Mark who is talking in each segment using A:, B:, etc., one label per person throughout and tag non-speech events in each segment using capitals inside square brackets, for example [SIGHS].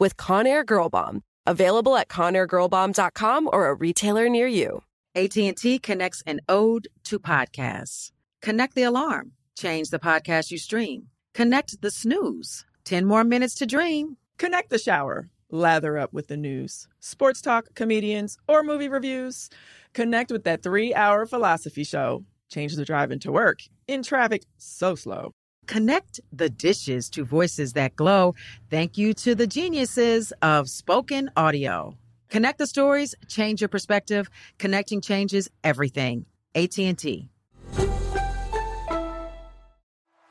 A: with Conair Girl Bomb. Available at conairgirlbomb.com or a retailer near you.
B: AT&T connects an ode to podcasts. Connect the alarm, change the podcast you stream. Connect the snooze, 10 more minutes to dream.
C: Connect the shower. Lather up with the news, sports talk, comedians, or movie reviews. Connect with that three hour philosophy show. Change the drive into work in traffic so slow.
B: Connect the dishes to voices that glow. Thank you to the geniuses of spoken audio. Connect the stories, change your perspective. Connecting changes everything. AT&T.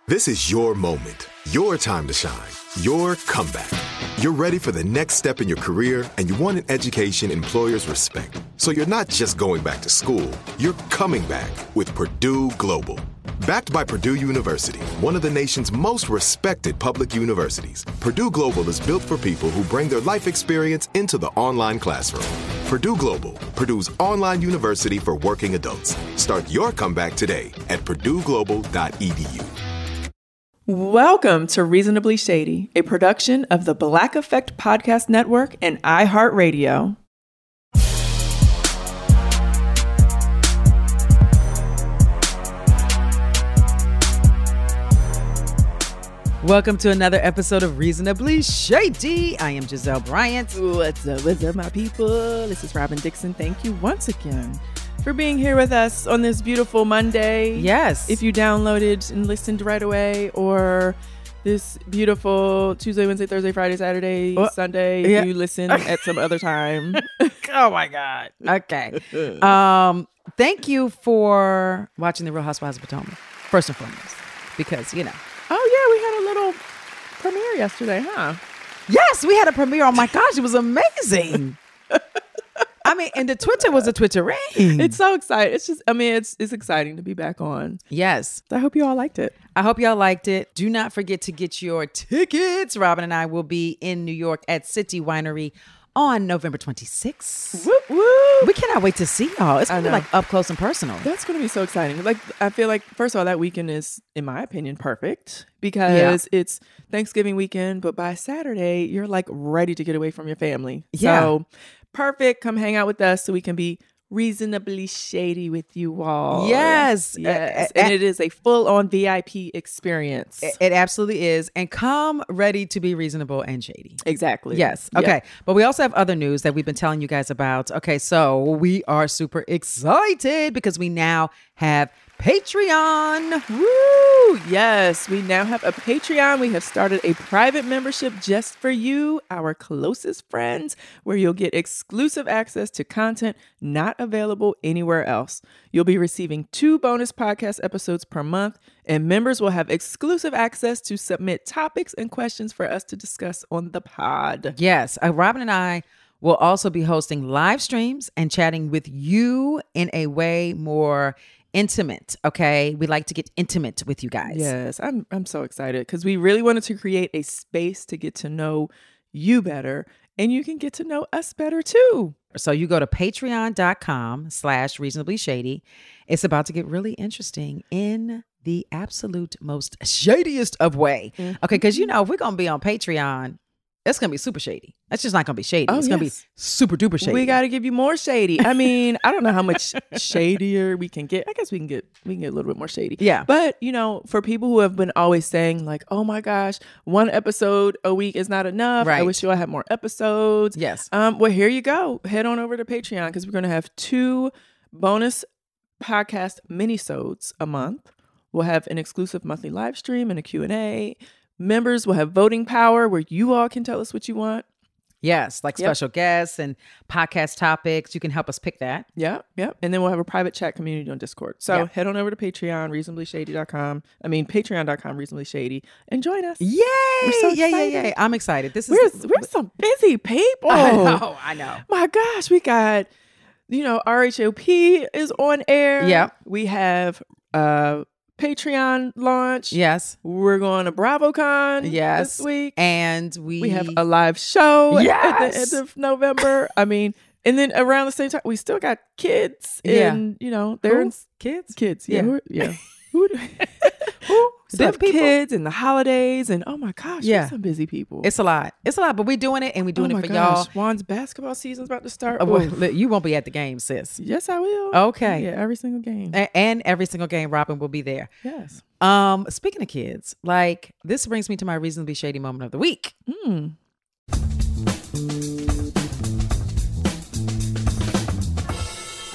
D: This is your moment, your time to shine, your comeback. You're ready for the next step in your career and you want an education employers respect. So you're not just going back to school, you're coming back with Purdue Global. Backed by Purdue University, one of the nation's most respected public universities, Purdue Global is built for people who bring their life experience into the online classroom. Purdue Global, Purdue's online university for working adults. Start your comeback today at purdueglobal.edu.
C: Welcome to Reasonably Shady, a production of the Black Effect Podcast Network and iHeartRadio.
B: Welcome to another episode of Reasonably Shady. I am Giselle Bryant.
C: What's up, what's up, my people? This is Robin Dixon. Thank you once again for being here with us on this beautiful Monday.
B: Yes.
C: If you downloaded and listened right away, or this beautiful Tuesday, Wednesday, Thursday, Friday, Saturday,
B: Oh,
C: Sunday,
B: yeah.
C: if you listen at some other time.
B: oh my God. Okay. Um, thank you for watching The Real Housewives of Potomac, first and foremost, because, you know,
C: [LAUGHS] Oh, yeah, we had a little premiere yesterday, huh?
B: Yes, we had a premiere. Oh my gosh, it was amazing. [LAUGHS] I mean, and the Twitter was a Twitter
C: It's so exciting. It's just, I mean, it's it's exciting to be back on.
B: yes.
C: I hope you all liked it.
B: I hope y'all liked it. Do not forget to get your tickets. Robin and I will be in New York at City Winery on November 26th.
C: Whoop, whoop.
B: We cannot wait to see y'all. It's
C: I
B: gonna be
C: know.
B: like up close and personal.
C: That's going to be so exciting. Like, I feel like, first of all, that weekend is, in my opinion, perfect because it's Thanksgiving weekend, but by Saturday, you're like ready to get away from your family.
B: Yeah.
C: So, perfect. Come hang out with us so we can be reasonably shady with you all.
B: Yes.
C: Yes.
B: A- E, a-
C: and it is a full on VIP experience.
B: It it absolutely is. And come ready to be reasonable and shady.
C: exactly.
B: Yes.
C: Yep.
B: Okay. But we also have other news that we've been telling you guys about. Okay. So we are super excited because we now have Patreon.
C: Woo! Yes, we now have a Patreon. We have started a private membership just for you, our closest friends, where you'll get exclusive access to content not available anywhere else. You'll be receiving two bonus podcast episodes per month, and members will have exclusive access to submit topics and questions for us to discuss on the pod.
B: Yes. Uh, Robin and I will also be hosting live streams and chatting with you in a way more intimate. Okay. We like to get intimate with you guys.
C: Yes, I'm I'm so excited because we really wanted to create a space to get to know you better and you can get to know us better too.
B: So you go to patreon.com slash reasonably shady. It's about to get really interesting in the absolute most shadiest of way.
C: Mm-hmm.
B: Okay, because you know, if we're gonna be on Patreon, it's gonna be super shady. That's just not gonna be shady.
C: Oh,
B: it's gonna
C: yes.
B: be super duper shady.
C: We got to give you more shady. I mean, I don't know how much shadier we can get. I guess we can get we can get a little bit more shady.
B: Yeah.
C: But, you know, for people who have been always saying like, "Oh my gosh, one episode a week is not enough. I
B: Right.
C: wish you all had more episodes."
B: Yes.
C: Um, well, here you go. Head on over to Patreon because we're going to have two bonus podcast minisodes a month. We'll have an exclusive monthly live stream and a Q&A. Members will have voting power where you all can tell us what you want.
B: Yes, like
C: Yep.
B: special guests and podcast topics. You can help us pick that.
C: Yeah, yeah. And then we'll have a private chat community on Discord. So
B: Yeah.
C: head on over to Patreon, reasonablyshady.com. I mean, patreon.com, reasonably shady, and join us.
B: Yay! yeah,
C: so
B: yeah,
C: excited.
B: yeah. I'm excited. This
C: We're,
B: is
C: we're some busy people.
B: [LAUGHS] I know, I know.
C: [LAUGHS] My gosh, we got, you know, RHOP is on air.
B: Yep.
C: We have uh Patreon launch.
B: Yes.
C: We're going to BravoCon
B: Yes.
C: this week.
B: And we
C: we have a live show at the
B: Yes!
C: end of November. I mean, and then around the same time, we still got kids.
B: Yeah.
C: And, you know, they're in
B: kids.
C: kids. Yeah,
B: Yeah.
C: who
B: [LAUGHS]
C: are- yeah. Who, do- who
B: Some
C: have
B: people.
C: kids and the holidays and oh my gosh, yeah,
B: Yeah.
C: some busy people.
B: It's a lot. It's a lot, but we're doing it and we're doing
C: oh
B: it
C: my
B: for y'all.
C: gosh. Juan's basketball season's about to start.
B: Uh, well,
C: Oof.
B: look, you won't be at the game, sis.
C: yes, I will.
B: Okay.
C: yeah, every single game.
B: A- And every single game, Robin will be there.
C: yes.
B: Um, speaking of kids, like this brings me to my reasonably shady moment of the week.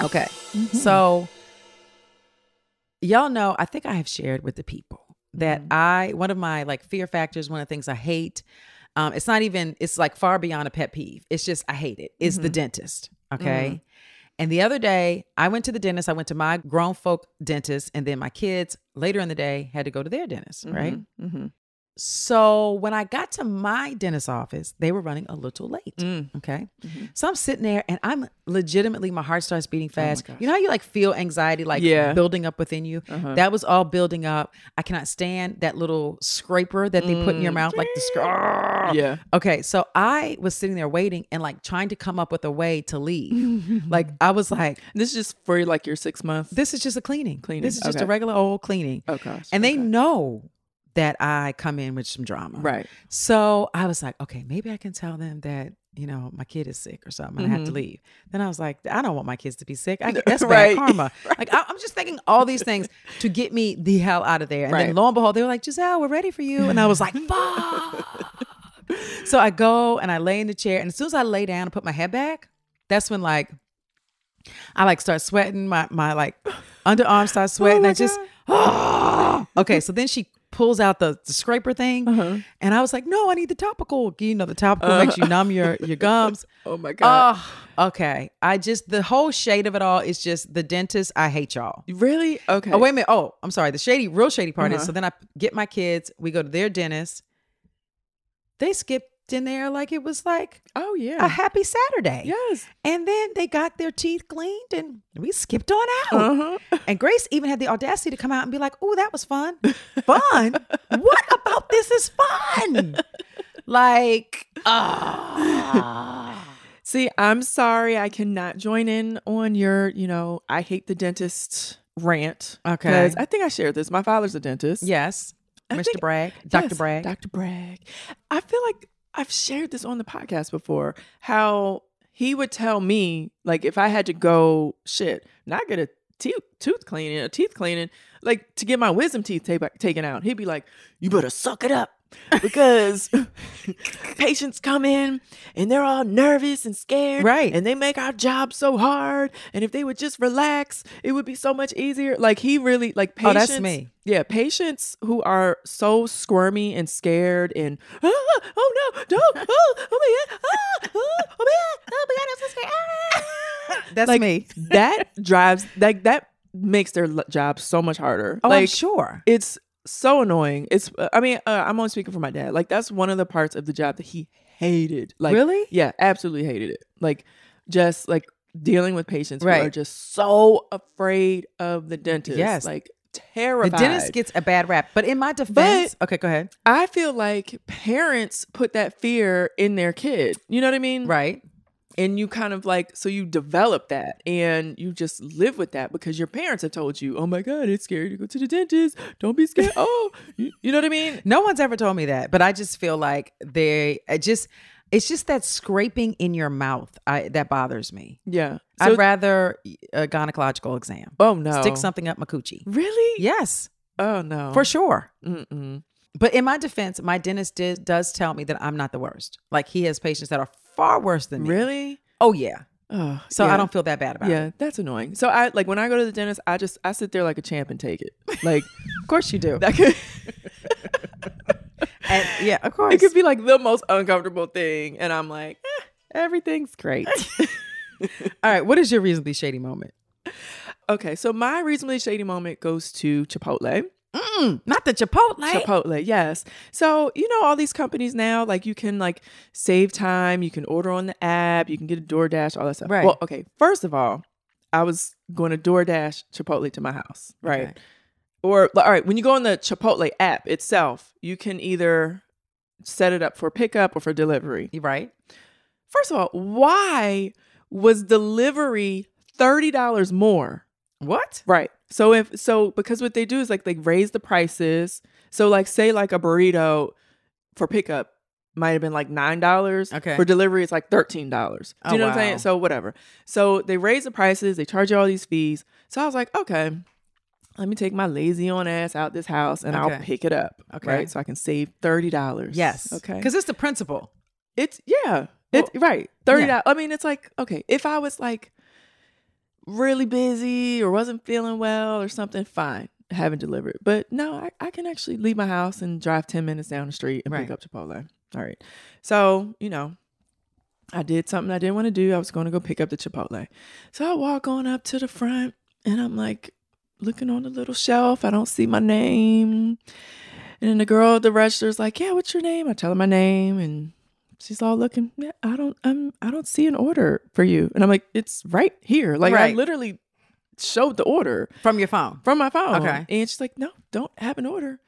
B: Okay.
C: Mm-hmm.
B: So y'all know, I think I have shared with the people that
C: Mm-hmm.
B: I one of my like fear factors, one of the things I hate, um, it's not even it's like far beyond a pet peeve. It's just I hate it. Is the
C: Mm-hmm.
B: dentist. Okay. And the other day, I went to the dentist. I went to my grown folk dentist, and then my kids later in the day had to go to their dentist, right?
C: Mm-hmm.
B: So when I got to my dentist's office, they were running a little late.
C: Mm.
B: Okay.
C: Mm-hmm.
B: So I'm sitting there and I'm legitimately, my heart starts beating fast. you know how you like feel anxiety like
C: Oh Yeah. Uh-huh.
B: building up within you? That was all building up. I cannot stand that little scraper that they put in your mouth, like the scr-
C: Mm. Yeah.
B: Okay, so I was sitting there waiting and like trying to come up with a way to
C: [LAUGHS]
B: leave. like I was like,
C: This is just for like your six month.
B: this is just a cleaning.
C: Cleaning,
B: This is just
C: okay.
B: a regular old cleaning.
C: oh gosh.
B: And they
C: okay.
B: know that I come in with some drama.
C: right.
B: So I was like, okay, maybe I can tell them that you know my kid is sick or something, and I have to leave. Then I was like, I don't want my kids to be sick.
C: [LAUGHS]
B: I, that's
C: Mm-hmm. Right.
B: bad karma. Like I, I'm just thinking all these things to get me the hell out of there. And
C: Right.
B: then lo and behold, they were like, Giselle, we're ready for you, and I was
C: [LAUGHS]
B: like, fuck. so I go and I lay in the chair, and as soon as I lay down and put my head back, that's when like I like start sweating. My my like underarm
C: [LAUGHS]
B: starts sweating.
C: Oh my
B: I just [GASPS] okay. So then she pulls out the, the scraper thing,
C: Uh-huh.
B: and I was like, "No, I need the topical." You know, the topical makes you numb your your gums.
C: Oh my [LAUGHS] god.
B: Oh, okay. I just the whole shade of it all is just the dentist. I hate y'all.
C: really? Okay. Uh-huh.
B: Oh wait a minute. Oh, I'm sorry. The shady, real shady part is so then I get my kids. We go to their dentist. They skipped in there like it was like
C: Oh yeah.
B: a happy Saturday.
C: yes.
B: And then they got their teeth cleaned and we skipped on out.
C: Uh-huh.
B: And Grace even had the audacity to come out and be like, "Oh, that was fun. Fun?
C: Uh-huh.
B: what about this is fun?" Like,
C: uh,
B: ah.
C: [LAUGHS] See, I'm sorry I cannot join in on your, you know, I hate the dentist rant.
B: Okay.
C: 'Cause I think I shared this. My father's a dentist.
B: yes.
C: I
B: Mr.
C: think-
B: Bragg,
C: Yes,
B: Dr. Bragg.
C: Dr. Bragg. I feel like I've shared this on the podcast before how he would tell me, like, if I had to go shit, not get a tooth, tooth cleaning, a teeth cleaning, like to get my wisdom teeth ta- taken out, he'd be like, you better suck it up because [LAUGHS] patients come in and they're all nervous and scared.
B: Right.
C: And they make our job so hard. And if they would just relax, it would be so much easier. Like, he really, like,
B: Oh, that's
C: patients.
B: me.
C: Yeah, patients who are so squirmy and scared and "Ah, oh no, no, oh, oh my god, ah, oh, oh my god, oh my god, I'm so scared. ah."
B: That's
C: like,
B: me.
C: that drives like that makes their l- job so much harder.
B: Oh,
C: like,
B: I'm sure.
C: It's so annoying. It's uh, I mean uh, I'm only speaking for my dad. Like that's one of the parts of the job that he hated. Like
B: Really?
C: Yeah, absolutely hated it. Like just like dealing with patients who
B: Right.
C: are just so afraid of the dentist.
B: Yes.
C: Like
B: The
C: terrified.
B: dentist gets a bad rap, but in my defense, okay, go ahead.
C: I feel like parents put that fear in their kid. You know what I mean?
B: Right.
C: And you kind of like, so you develop that and you just live with that because your parents have told you, oh my God, it's scary to go to the dentist. Don't be scared. Oh, you, you know what I mean?
B: No one's ever told me that, but I just feel like they I just it's just that scraping in your mouth I, that bothers me.
C: Yeah. So-
B: I'd rather a gynecological exam.
C: oh no.
B: Stick something up my coochie.
C: Really?
B: Yes,
C: Oh no.
B: for sure.
C: Mm-mm.
B: But in my defense, my dentist did, does tell me that I'm not the worst. Like he has patients that are far worse than me.
C: Really?
B: Oh yeah.
C: Oh,
B: So
C: yeah.
B: I don't feel that bad about
C: Yeah,
B: it.
C: that's annoying. So I like when I go to the dentist, I just I sit there like a champ and
B: [LAUGHS]
C: take it. Like
B: Of course you do.
C: that could
B: And- yeah, of course.
C: [LAUGHS] it could be like the most uncomfortable thing, and I'm like, eh, everything's
B: [LAUGHS]
C: great.
B: All right. What is your reasonably shady moment?
C: okay, so my reasonably shady moment goes to Chipotle.
B: Mm, not the Chipotle.
C: Chipotle, yes. So, you know, all these companies now, like you can like save time, you can order on the app, you can get a DoorDash, all that stuff.
B: Right.
C: Well, okay, first of all, I was going to DoorDash Chipotle to my house, right?
B: Okay.
C: Or, all right, when you go on the Chipotle app itself, you can either set it up for pickup or for delivery.
B: You right?
C: First of all, why was delivery $30 more?
B: What?
C: Right. So if so because what they do is like they raise the prices. So like say like a burrito for pickup might have been like nine dollars.
B: Okay.
C: For delivery it's like thirteen dollars. Do you
B: Oh,
C: know what I'm
B: wow.
C: saying? So whatever. So they raise the prices, they charge you all these fees. So I was like, okay, let me take my lazy on ass out this house and I'll
B: Okay.
C: pick it up.
B: Okay.
C: Right. So I can save thirty dollars.
B: Yes.
C: Okay.
B: Because it's the principle.
C: It's yeah. It's right. Thirty
B: yeah.
C: dollars. I mean, it's like okay. If I was like really busy or wasn't feeling well or something, fine, haven't delivered. But no, I, I can actually leave my house and drive ten minutes down the street and
B: Right.
C: pick up Chipotle. All right. So you know, I did something I didn't want to do. I was going to go pick up the Chipotle. So I walk on up to the front and I'm like looking on the little shelf. I don't see my name. And then the girl at the register's like, "Yeah, what's your name?" I tell her my name, and she's all looking. Yeah, I don't, I'm, I don't see an order for you. And I'm like, "It's right here." Like I
B: Right.
C: literally showed the order
B: From your phone.
C: from my phone.
B: Okay.
C: and she's like, "No, don't have an order."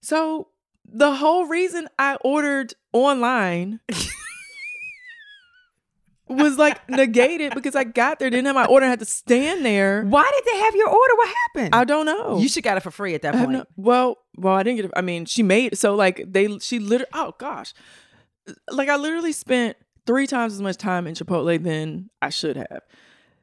C: So the whole reason I ordered
B: [LAUGHS]
C: online was like negated because I got there, didn't have my order, I had to stand there.
B: Why did they have your order? What happened?
C: I don't know.
B: You should got it for free at that
C: Oh. I have
B: point.
C: no- well, well, I didn't get it. I mean, she made so like they she literally oh gosh. Like I literally spent three times as much time in Chipotle than I should have.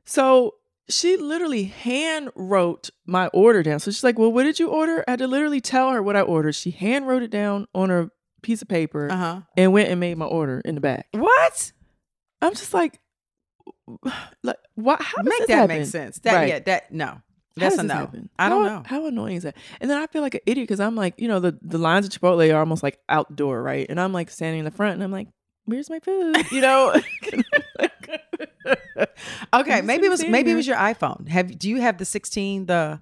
C: So she literally hand wrote my order down. So she's like, Well, what did you order? I had to literally tell her what I ordered. She hand wrote it down on her piece of paper
B: Uh-huh.
C: and went and made my order in the back.
B: What?
C: I'm just like, [SIGHS] like what how does
B: Make
C: this
B: that
C: happen?
B: make sense. That
C: Right.
B: yeah, that no.
C: How
B: That's
C: does
B: a
C: this
B: no.
C: happen?
B: I don't
C: How-
B: know.
C: How annoying is that? And then I feel like an idiot because I'm like, you know, the, the lines at Chipotle are almost like outdoor, right? And I'm like standing in the front and I'm like, where's my food? You [LAUGHS] know? And I'm like-
B: okay,
C: just
B: maybe it was
C: understand
B: maybe it
C: here.
B: was your iPhone. Have do you have the 16 the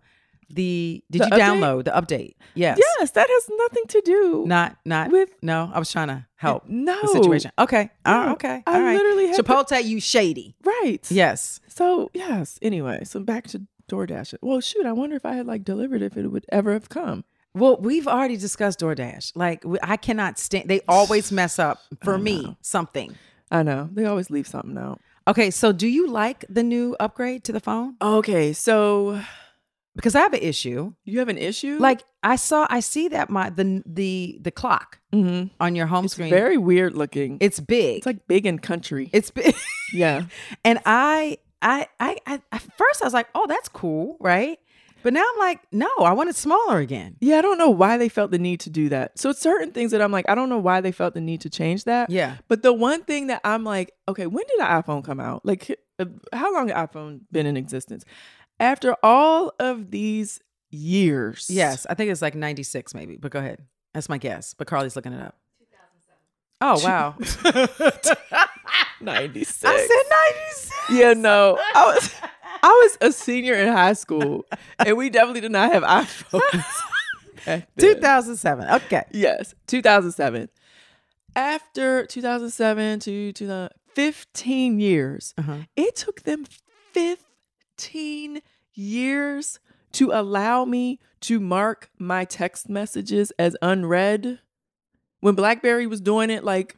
B: the did
C: The
B: you
C: update?
B: download the update? [LAUGHS] Yes.
C: yes, that has nothing to do.
B: Not not
C: With-
B: with no, I was trying to help
C: no.
B: the situation. Okay.
C: No.
B: Oh, okay.
C: I
B: All right.
C: literally had to-
B: Chipotle you shady.
C: Right.
B: Yes.
C: So, yes. Anyway, so back to DoorDash. Well, shoot, I wonder if I had like delivered if it would ever have come.
B: Well, we've already discussed DoorDash. Like we- I cannot stand they always mess up for me something.
C: I know. They always leave something out.
B: Okay, so do you like the new upgrade to the phone?
C: Okay. So
B: Because I have an issue.
C: you have an issue?
B: Like I saw, I see that my the the the clock
C: Mhm.
B: on your home
C: it's
B: screen.
C: very weird looking.
B: it's big.
C: It's like big and country.
B: it's big. [LAUGHS]
C: yeah.
B: and I, I, I, I, at first I was like, oh, that's cool, right? But now I'm like, no, I want it smaller again.
C: Yeah, I don't know why they felt the need to do that. So it's certain things that I'm like, I don't know why they felt the need to change that.
B: Yeah.
C: But the one thing that I'm like, okay, when did the iPhone come out? Like, uh, how long had iPhone been in existence? After all of these years.
B: Yes, I think it's like 96 maybe. But go ahead, that's my guess. But Carly's looking it up. Oh
C: [LAUGHS]
B: wow!
C: 96.
B: I said 96.
C: yeah, no. I was, [LAUGHS] I was a senior in high school, and we definitely did not have [LAUGHS] iPhones. back then.
B: 2007. Okay.
C: Yes, 2007. After 2007 to 2000, 15 years,
B: Uh-huh.
C: it took them 15 years to allow me to mark my text messages as unread when Blackberry was doing it like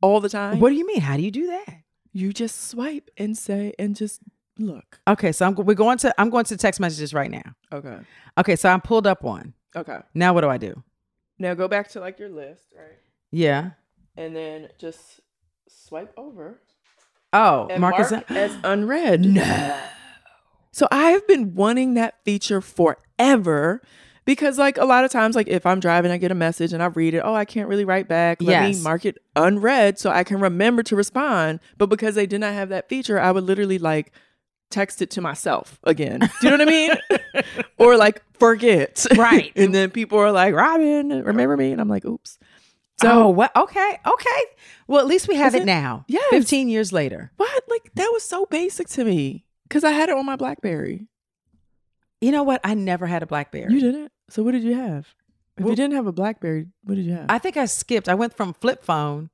C: all the time.
B: What do you mean? How do you do that?
C: you just swipe and say and just look.
B: Okay, so I'm go- we're going to I'm going to text messages right now.
C: Okay.
B: Okay, so I'm pulled up one.
C: Okay.
B: Now what do I do?
C: Now go back to like your list, right?
B: Yeah.
C: And then just swipe over
B: Oh,
C: and
B: Mark is
C: mark as unread. No. So I've been wanting that feature forever because like a lot of times like if I'm driving I get a message and I read it, oh I can't really write back. Let
B: Yes.
C: me mark it unread so I can remember to respond. But because they did not have that feature, I would literally like text it to myself again. Do you know what I mean?
B: [LAUGHS]
C: or like forget.
B: Right.
C: [LAUGHS] and then people are like, "Robin, remember me?" and I'm like, "Oops."
B: So what? Oh, Okay, okay. Well, at least we have
C: Is
B: it,
C: it-
B: now.
C: Yes.
B: fifteen years later.
C: What? Like that was so basic to me because I had it on my BlackBerry.
B: You know what? I never had a BlackBerry.
C: You didn't. So what did you have? If
B: Well-
C: you didn't have a BlackBerry, what did you have?
B: I think I skipped. I went from flip phone.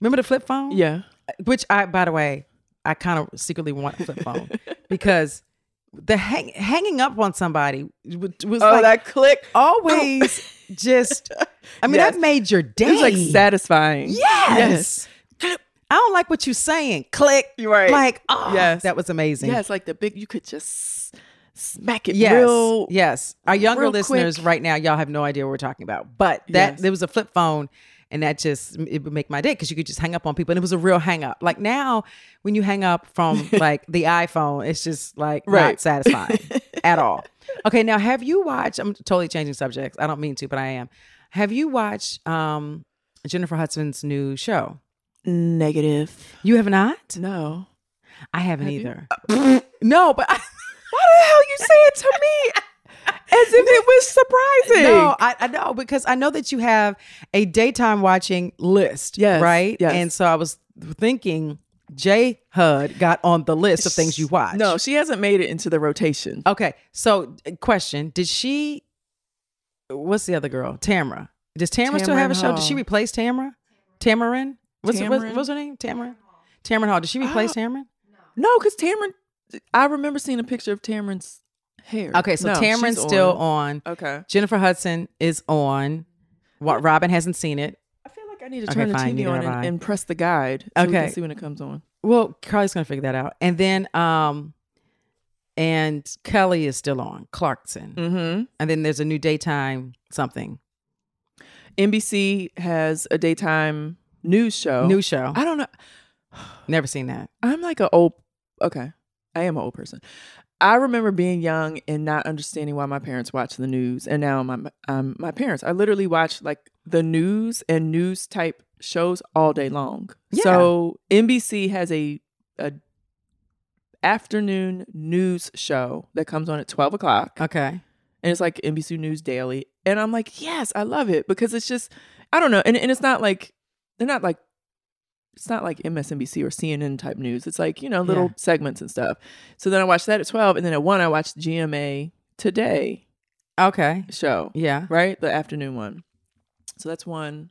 B: Remember the flip phone?
C: yeah.
B: Which I, by the way, I kind of secretly want a flip
C: [LAUGHS]
B: phone because the hang, hanging up on somebody was, was
C: oh,
B: like
C: that [LAUGHS] click.
B: always just. I mean,
C: Yes.
B: that made your day.
C: It was like satisfying.
B: Yes. I don't like what you're saying. Click.
C: You're right.
B: Like, oh,
C: Yes.
B: that was amazing.
C: Yes. Like the big. You could just smack it
B: Yes.
C: real.
B: yes. Our younger
C: real
B: listeners
C: quick.
B: right now, y'all have no idea what we're talking about. But that
C: Yes.
B: there was a flip phone and that just it would make my day because you could just hang up on people and it was a real hang up. Like now, when you hang up from
C: [LAUGHS]
B: like the iPhone, it's just like not
C: Right.
B: satisfying
C: [LAUGHS]
B: at all. Okay, now have you watched? I'm totally changing subjects. I don't mean to, but I am. Have you watched um, Jennifer Hudson's new show?
C: Negative.
B: You have not.
C: No.
B: I haven't
C: Have you?
B: either. no, but I,
C: [LAUGHS] Why the hell you say it to me as if it was surprising?
B: no, I, I know because I know that you have a daytime watching list,
C: Yes,
B: right?
C: yes.
B: And so I was thinking J Hud got on the list of things you watch.
C: No, she hasn't made it into the rotation.
B: Okay. So, uh, question: Did she? What's the other girl? Tamara. Does Tamara still
C: Tamron
B: have a show? Did she
C: Hall.
B: replace Tamara? Tamarin. What's, what's,
C: Tamron.
B: what's her name? Tamarin. Tamarin Hall. Did she replace
C: [GASPS] Oh.
B: Tamarin?
C: No, because Tamron, I remember seeing a picture of Tamron's hair.
B: Okay, so
C: No,
B: Tamarin's
C: she's
B: still on.
C: Okay.
B: Jennifer Hudson is on. What Robin hasn't seen it.
C: I feel like I need to
B: Okay,
C: turn the
B: fine,
C: TV
B: neither
C: on
B: have I.
C: and, and press the guide. So We
B: Okay.
C: can see when it comes on.
B: Well, Carly's gonna figure that out. And then um and Kelly is still on, Clarkson.
C: Mm-hmm.
B: And then there's a new daytime something.
C: NBC has a daytime news show.
B: New show.
C: I don't know.
B: Never seen that.
C: I'm like an old. Okay, I am an old person. I remember being young and not understanding why my parents watched the news, and now my um, my parents. I literally watch like the news and news type shows all day long.
B: Yeah.
C: So NBC has a a afternoon news show that comes on at twelve o'clock.
B: Okay.
C: and it's like NBC News Daily. And I'm like, yes, I love it because it's just, I don't know. And, and it's not like, they're not like, it's not like MSNBC or CNN type news. It's like, you know, little
B: Yeah.
C: segments and stuff. So then I watched that at 12. And then at 1, I watched GMA Today
B: Okay.
C: show,
B: Yeah.
C: right? The afternoon one. So that's one.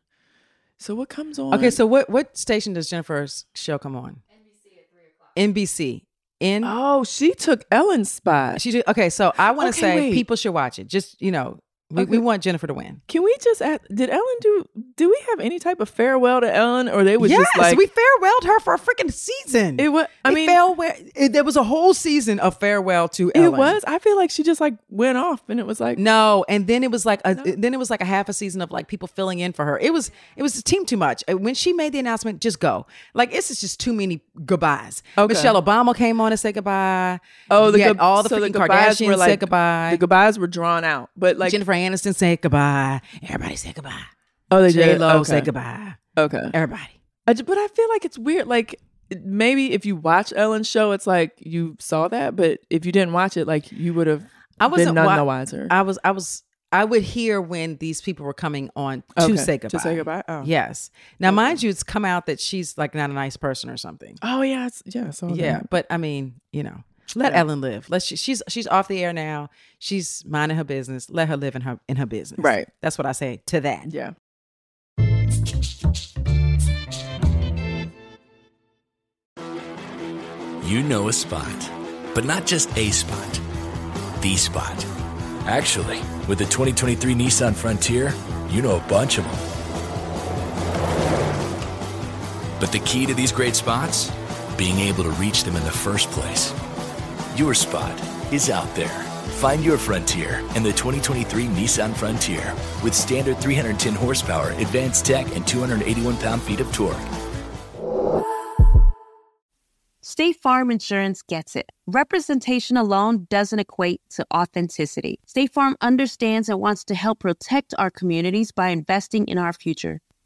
C: So what comes on?
B: Okay, so what what station does Jennifer's show come on? NBC at three o'clock. NBC. N
C: oh, she took Ellen's spot.
B: she do okay, so I wanna
C: Okay,
B: say
C: wait.
B: people should watch it. Just you know, we, we
C: Okay.
B: want Jennifer to win.
C: Can we just ask, did Ellen do, do we have any type of farewell to Ellen? Or they was
B: yes,
C: just like,
B: we farewelled her for a freaking season.
C: it was, I
B: They
C: mean,
B: farewell, it, there was a whole season of farewell to
C: It
B: Ellen.
C: was. I feel like she just like went off, and it was like
B: No, and then it was like a
C: No?
B: then it was like a half a season of like people filling in for her. It was it was a team too much. Uh, When she made the announcement, just go. Like it's just too many goodbyes.
C: Okay.
B: Michelle Obama came on and said goodbye.
C: oh, the
B: You had
C: good-
B: all the
C: so
B: freaking
C: goodbyes
B: Kardashians
C: were
B: said goodbye.
C: The goodbyes were drawn out, but like
B: Jennifer Aniston said goodbye. Everybody said goodbye.
C: oh, they
B: J
C: did.
B: Lo
C: okay.
B: said goodbye.
C: Okay,
B: Everybody.
C: I ju- but I feel like it's weird. Like it- maybe if you watch Ellen's show, it's like you saw that, but if you didn't watch it, like you would have.
B: I wasn't
C: been none
B: wa-
C: the wiser.
B: I was I was I would hear when these people were coming on to
C: Okay,
B: say goodbye.
C: To say goodbye. Oh.
B: Yes. Now, mind you, it's come out that she's like not a nice person or something.
C: Oh yeah, it's, yeah. I saw
B: Yeah,
C: that.
B: but I mean, you know, let
C: Yeah.
B: Ellen live. Let she, she's she's off the air now. She's minding her business. Let her live in her in her business.
C: Right.
B: That's what I say to that.
C: yeah.
E: You know a spot, but not just a spot, the spot. Actually, with the 2023 Nissan Frontier, you know a bunch of them. But the key to these great spots? Being able to reach them in the first place. Your spot is out there. Find your frontier in the 2023 Nissan Frontier with standard 310 horsepower, advanced tech, and 281 pound feet of torque.
F: State Farm Insurance gets it. Representation alone doesn't equate to authenticity. State Farm understands and wants to help protect our communities by investing in our future,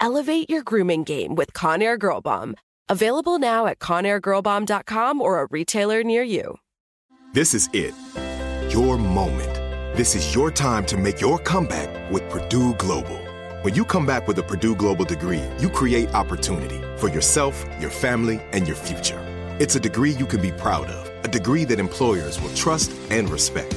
A: Elevate your grooming game with Conair Girl Bomb. Available now at conairgirlbomb.com or a retailer near you.
D: This is it. Your moment. This is your time to make your comeback with Purdue Global. When you come back with a Purdue Global degree, you create opportunity for yourself, your family, and your future. It's a degree you can be proud of, a degree that employers will trust and respect.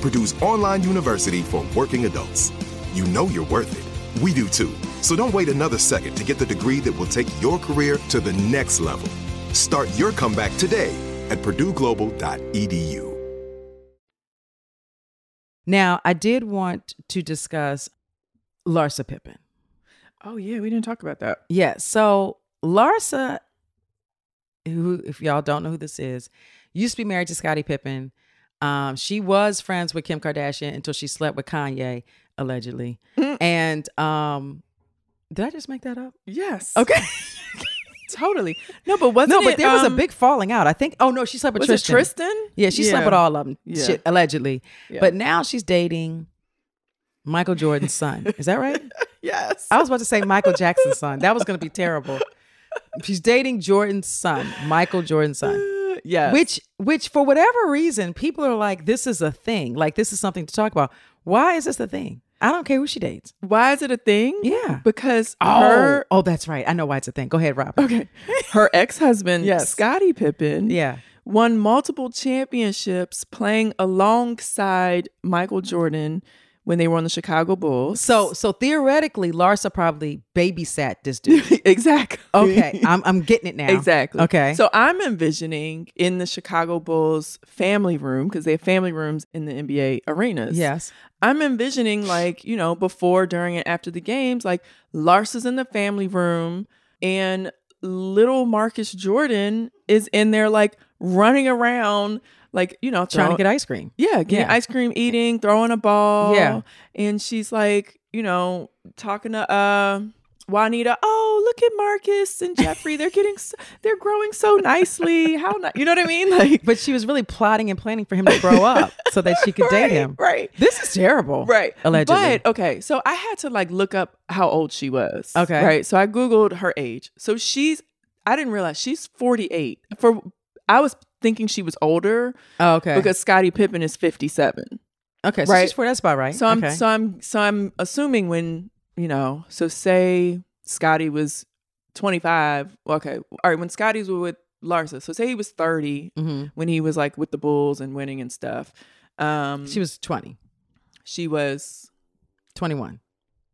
D: Purdue's online university for working adults. You know you're worth it. We do too. So don't wait another second to get the degree that will take your career to the next level. Start your comeback today at purdueglobal.edu.
B: Now, I did want to discuss Larsa Pippen.
C: Oh, yeah, we didn't talk about that.
B: Yeah, so Larsa, who, if y'all don't know who this is, used to be married to Scottie Pippen. Um, she was friends with Kim Kardashian until she slept with Kanye, allegedly.
C: Mm.
B: and um, did I just make that up?
C: Yes.
B: Okay.
C: [LAUGHS] Totally. No, but wasn't
B: no, but
C: it,
B: there was a
C: um,
B: big falling out. I think. Oh no, she slept with
C: was
B: Tristan.
C: it Tristan?
B: Yeah, she slept with all of them.
C: Yeah.
B: Shit, allegedly.
C: Yeah.
B: But now she's dating Michael Jordan's son. Is that right?
C: Yes.
B: I was about to say Michael Jackson's son. That was going to be terrible. She's dating Jordan's son, Michael Jordan's son.
C: yes.
B: Which, which for whatever reason, people are like, this is a thing. Like this is something to talk about. Why is this a thing? I don't care who she dates. Oh,
C: why is it a thing?
B: Yeah.
C: Because her [LAUGHS]
B: oh, oh, that's right. I know why it's a thing. Go ahead, Rob.
C: okay, her ex-husband
B: Yes.
C: Scottie Pippen
B: Yeah.
C: won multiple championships playing alongside Michael Jordan when they were on the Chicago Bulls. [LAUGHS]
B: So so theoretically, Larsa probably babysat this
C: [LAUGHS]
B: dude.
C: exactly.
B: Okay, I'm I'm getting it now.
C: [LAUGHS] Exactly.
B: Okay.
C: So I'm envisioning in the Chicago Bulls family room because they have family rooms in the NBA arenas.
B: yes.
C: I'm envisioning like, you know, before, during, and after the games, like Larsa's in the family room and little Marcus Jordan is in there like running around, like, you know,
B: Trying to
C: throw-
B: get ice cream.
C: Yeah, getting
B: Yeah.
C: ice cream, eating, throwing a ball.
B: Yeah.
C: And she's like, you know, talking to uh Juanita, oh, look at Marcus and Jeffrey. They're getting, so, they're growing so nicely. How, ni-? you know what I mean? [LAUGHS]
B: [LAUGHS]
C: Like,
B: But she was really plotting and planning for him to grow up so that she could date
C: [LAUGHS] right,
B: him.
C: Right.
B: This is terrible.
C: Right.
B: Allegedly.
C: But okay, so I had to like look up how old she was.
B: Okay.
C: Right. So I Googled her age. So she's I didn't realize she's 48. For I was thinking she was older
B: oh, okay.
C: because Scottie Pippen is 57.
B: okay, so
C: right.
B: she's for that spot, right?
C: So I'm
B: okay.
C: so I'm so I'm assuming when, you know, so say Scotty was 25. Okay. All right, when Scotty's with Larsa. So say he was 30
B: Mhm.
C: when he was like with the Bulls and winning and stuff. Um
B: She was 20,
C: she was
B: 21.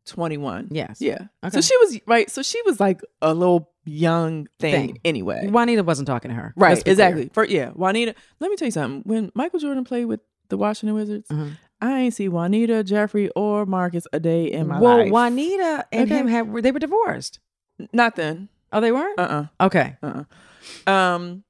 C: 21.
B: Yes.
C: Yeah.
B: Okay.
C: So she was right. So she was like a little young thing,
B: Thing.
C: anyway.
B: Juanita wasn't talking to her. Let's
C: right.
B: be clear.
C: Exactly. For yeah, Juanita. Let me tell you something. When Michael Jordan played with the Washington Wizards,
B: Mhm.
C: I ain't see Juanita, Jeffrey, or Marcus a day in my
B: well,
C: life.
B: Juanita and
C: Okay.
B: him had were- they were divorced.
C: Not then.
B: Oh, they weren't.
C: Uh. uh
B: okay.
C: Uh. uh Um.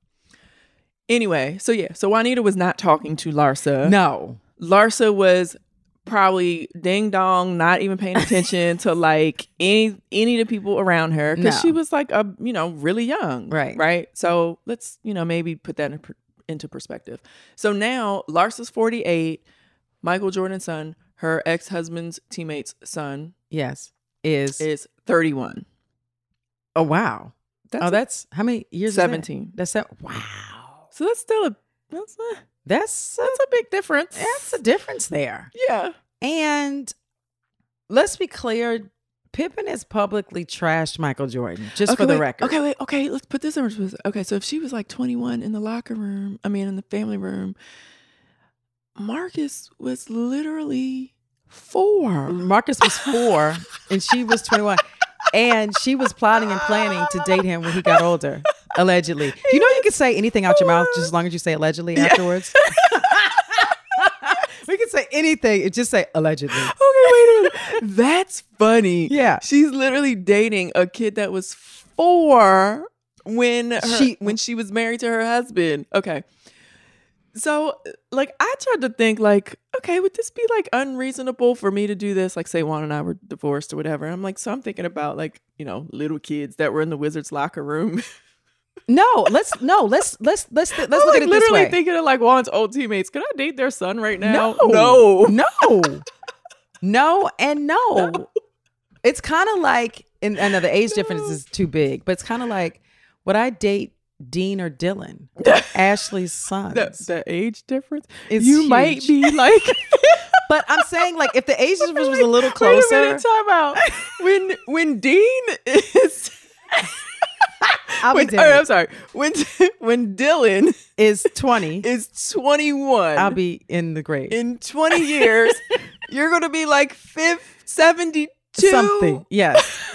C: Anyway, so yeah, so Juanita was not talking to Larsa.
B: No.
C: Larsa was probably ding dong, not
B: [LAUGHS]
C: even paying attention to like any any of the people around her because
B: No.
C: she was like a you know really young,
B: Right.
C: Right. So let's you know maybe put that in, per- into perspective. So now Larsa's forty eight, Michael Jordan's son, her ex husband's teammate's son
B: Yes. Is,
C: is thirty one.
B: oh wow.
C: That's
B: oh,
C: a-
B: that's how many years? is that?
C: 17.
B: That's that. Wow.
C: so that's still a that's a,
B: That's a,
C: that's a big difference.
B: that's a difference there.
C: yeah.
B: And let's be clear, Pippen has publicly trashed Michael Jordan. Just for
C: Okay,
B: the
C: wait,
B: record.
C: Okay, wait, okay, let's put this in perspective. Okay, so if she was like 21 in the locker room, I mean, in the family room, Marcus was literally four.
B: Marcus was four [LAUGHS] and she was 21. And she was plotting and planning to date him when he got older, allegedly. You know, you can say anything out your mouth just as long as you say allegedly afterwards. [LAUGHS] we can say anything, it just say allegedly.
C: Okay, wait a
B: [LAUGHS]
C: minute. That's funny.
B: Yeah.
C: She's literally dating a kid that was four when her,
B: She-
C: she when she was married to her husband. Okay. So like I tried to think like, okay, would this be like unreasonable for me to do this? Like say Juan and I were divorced or whatever. I'm like, so I'm thinking about like, you know, little kids that were in the wizard's locker room. [LAUGHS]
B: No, let's no, let's let's let's let's
C: I'm
B: look
C: like
B: at it this
C: literally
B: way.
C: thinking of like Juan's old teammates. Could I date their son right now?
B: No, no, no, and
C: [LAUGHS]
B: no. It's kind of like, and I know the age difference is too big, but it's kind of like, would I date Dean or
C: [LAUGHS]
B: Dylan, Ashley's sons?
C: That, that age difference.
B: It's
C: you might
B: huge.
C: be like
B: [LAUGHS] But I'm saying, like, if the
C: [LAUGHS]
B: age difference was a little
C: Wait a
B: closer,
C: minute, time out. When when Dean is
B: I'll be
C: when,
B: Dylan.
C: oh, I'm sorry. When [LAUGHS] when Dylan
B: is 20,
C: is 21
B: I'll be in the grave.
C: in
B: [LAUGHS]
C: 20 years, you're gonna be like fifth, 72.
B: Something, yes.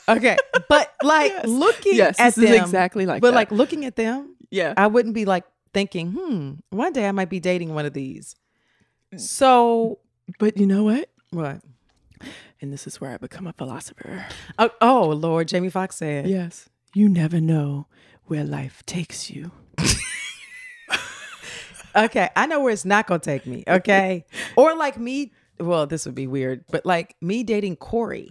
C: [LAUGHS]
B: okay, but like
C: Yes.
B: looking
C: Yes,
B: at
C: this is
B: them,
C: exactly like
B: but
C: that.
B: like looking at them,
C: Yeah.
B: I wouldn't be like thinking, hmm, one day I might be dating one of these. So
C: But you know what?
B: what?
C: And this is where I become a philosopher.
B: Oh, oh Lord, Jamie Foxx said.
C: Yes. You never know where life takes you.
B: Okay, I know where it's not gonna take me. [LAUGHS] Okay, or like me. Well, this would be weird, but like me dating [LAUGHS] Corey,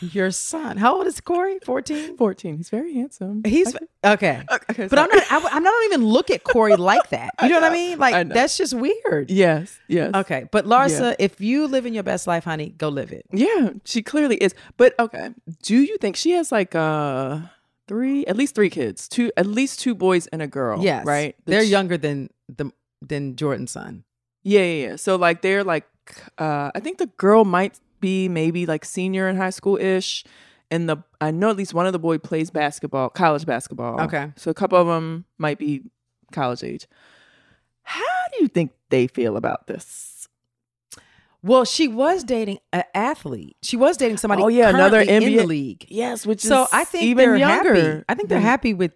B: your son. How old is Corey? Fourteen.
C: 14. He's very handsome.
B: He's okay,
C: okay,
B: but I'm
C: sorry.
B: not. I, w- I don't even look at Corey like that. You know, what I
C: know,
B: mean?
C: [LAUGHS] I
B: Like [LAUGHS]
C: know.
B: that's just weird.
C: Yes. Yes.
B: Okay, but Larsa, if you live in your best life, honey, go live it.
C: Yeah, she clearly is. But okay, do you think she has like uh three, at least three kids, two, at least two boys and a girl?
B: Yes,
C: Oh, right. That
B: They're
C: she-
B: younger than the than Jordan's son.
C: Yeah, yeah, yeah. So like they're like, uh I think the girl might be maybe like senior in high school ish, and the I know at least one of the boy plays basketball, college basketball.
B: Okay.
C: so a couple of them might be college age. How do you think they feel about this?
G: Well, she was dating an athlete. She was dating somebody.
C: Oh, yeah, another
G: currently in the
C: NBA
G: league.
C: Yes, which
G: so I think
C: even
G: they're
C: younger.
G: happy. I think they're
C: than-
G: happy with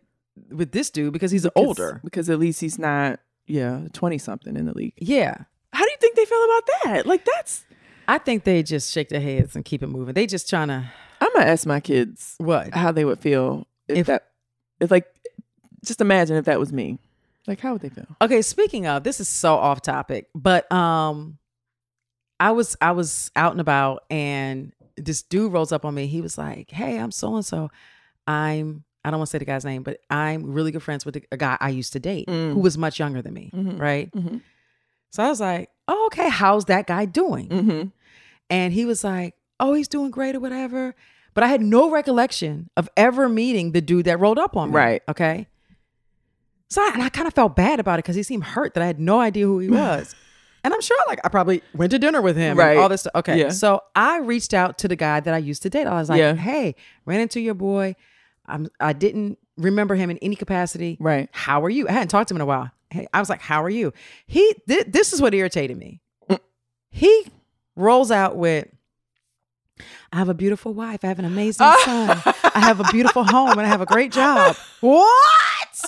G: with this dude because he's
C: because-
G: older.
C: because at least he's not yeah twenty something in the league.
G: Yeah,
C: How do you think they feel about that? Like that's
G: I think they just shake their heads and keep it moving. They just trying to
C: I'm gonna ask my kids
G: what?
C: how they would feel if,
G: If-
C: that if like just imagine if that was me. Like how would they feel?
G: Okay, speaking of, this is so off topic, but um I was I was out and about and this dude rolls up on me. He was like, "Hey, I'm so and so. I'm I don't want to say the guy's name, but I'm really good friends with a guy I used to date
C: Mm.
G: who was much younger than me,
C: Mhm.
G: right?"
C: Mhm.
G: So I was like, "Oh, okay, how's that guy doing?"
C: Mm-hmm.
G: And he was like, "Oh, he's doing great or whatever." But I had no recollection of ever meeting the dude that rolled up on me.
C: Right.
G: Okay. So I, and I kind of felt bad about it because he seemed hurt that I had no idea
C: [LAUGHS]
G: who he was. and I'm sure like I probably went to dinner with him. and
C: Right.
G: all this stuff. Okay.
C: Yeah.
G: So I reached out to the guy that I used to date. I was like,
C: Yeah.
G: hey, ran into your boy. I'm I didn't remember him in any capacity.
C: Right.
G: How are you? I hadn't talked to him in a while. Hey, I was like, how are you? He thi- this is what irritated me. He rolls out with I have a beautiful wife. I have an amazing son. I have a beautiful home and I have a great job. What?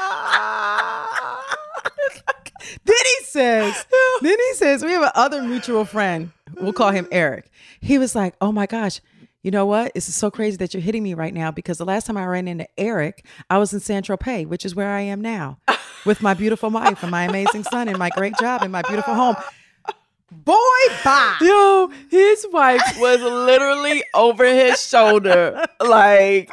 G: [LAUGHS] then he says, then he says, we have another mutual friend. We'll call him Eric. He was like, oh my gosh, you know what? This is so crazy that you're hitting me right now because the last time I ran into Eric, I was in San Tropez, which is where I am now, with my beautiful wife and my amazing son and my great job and my beautiful home. Boy, bye.
C: Yo, his wife
G: [LAUGHS]
C: was literally over his shoulder. Like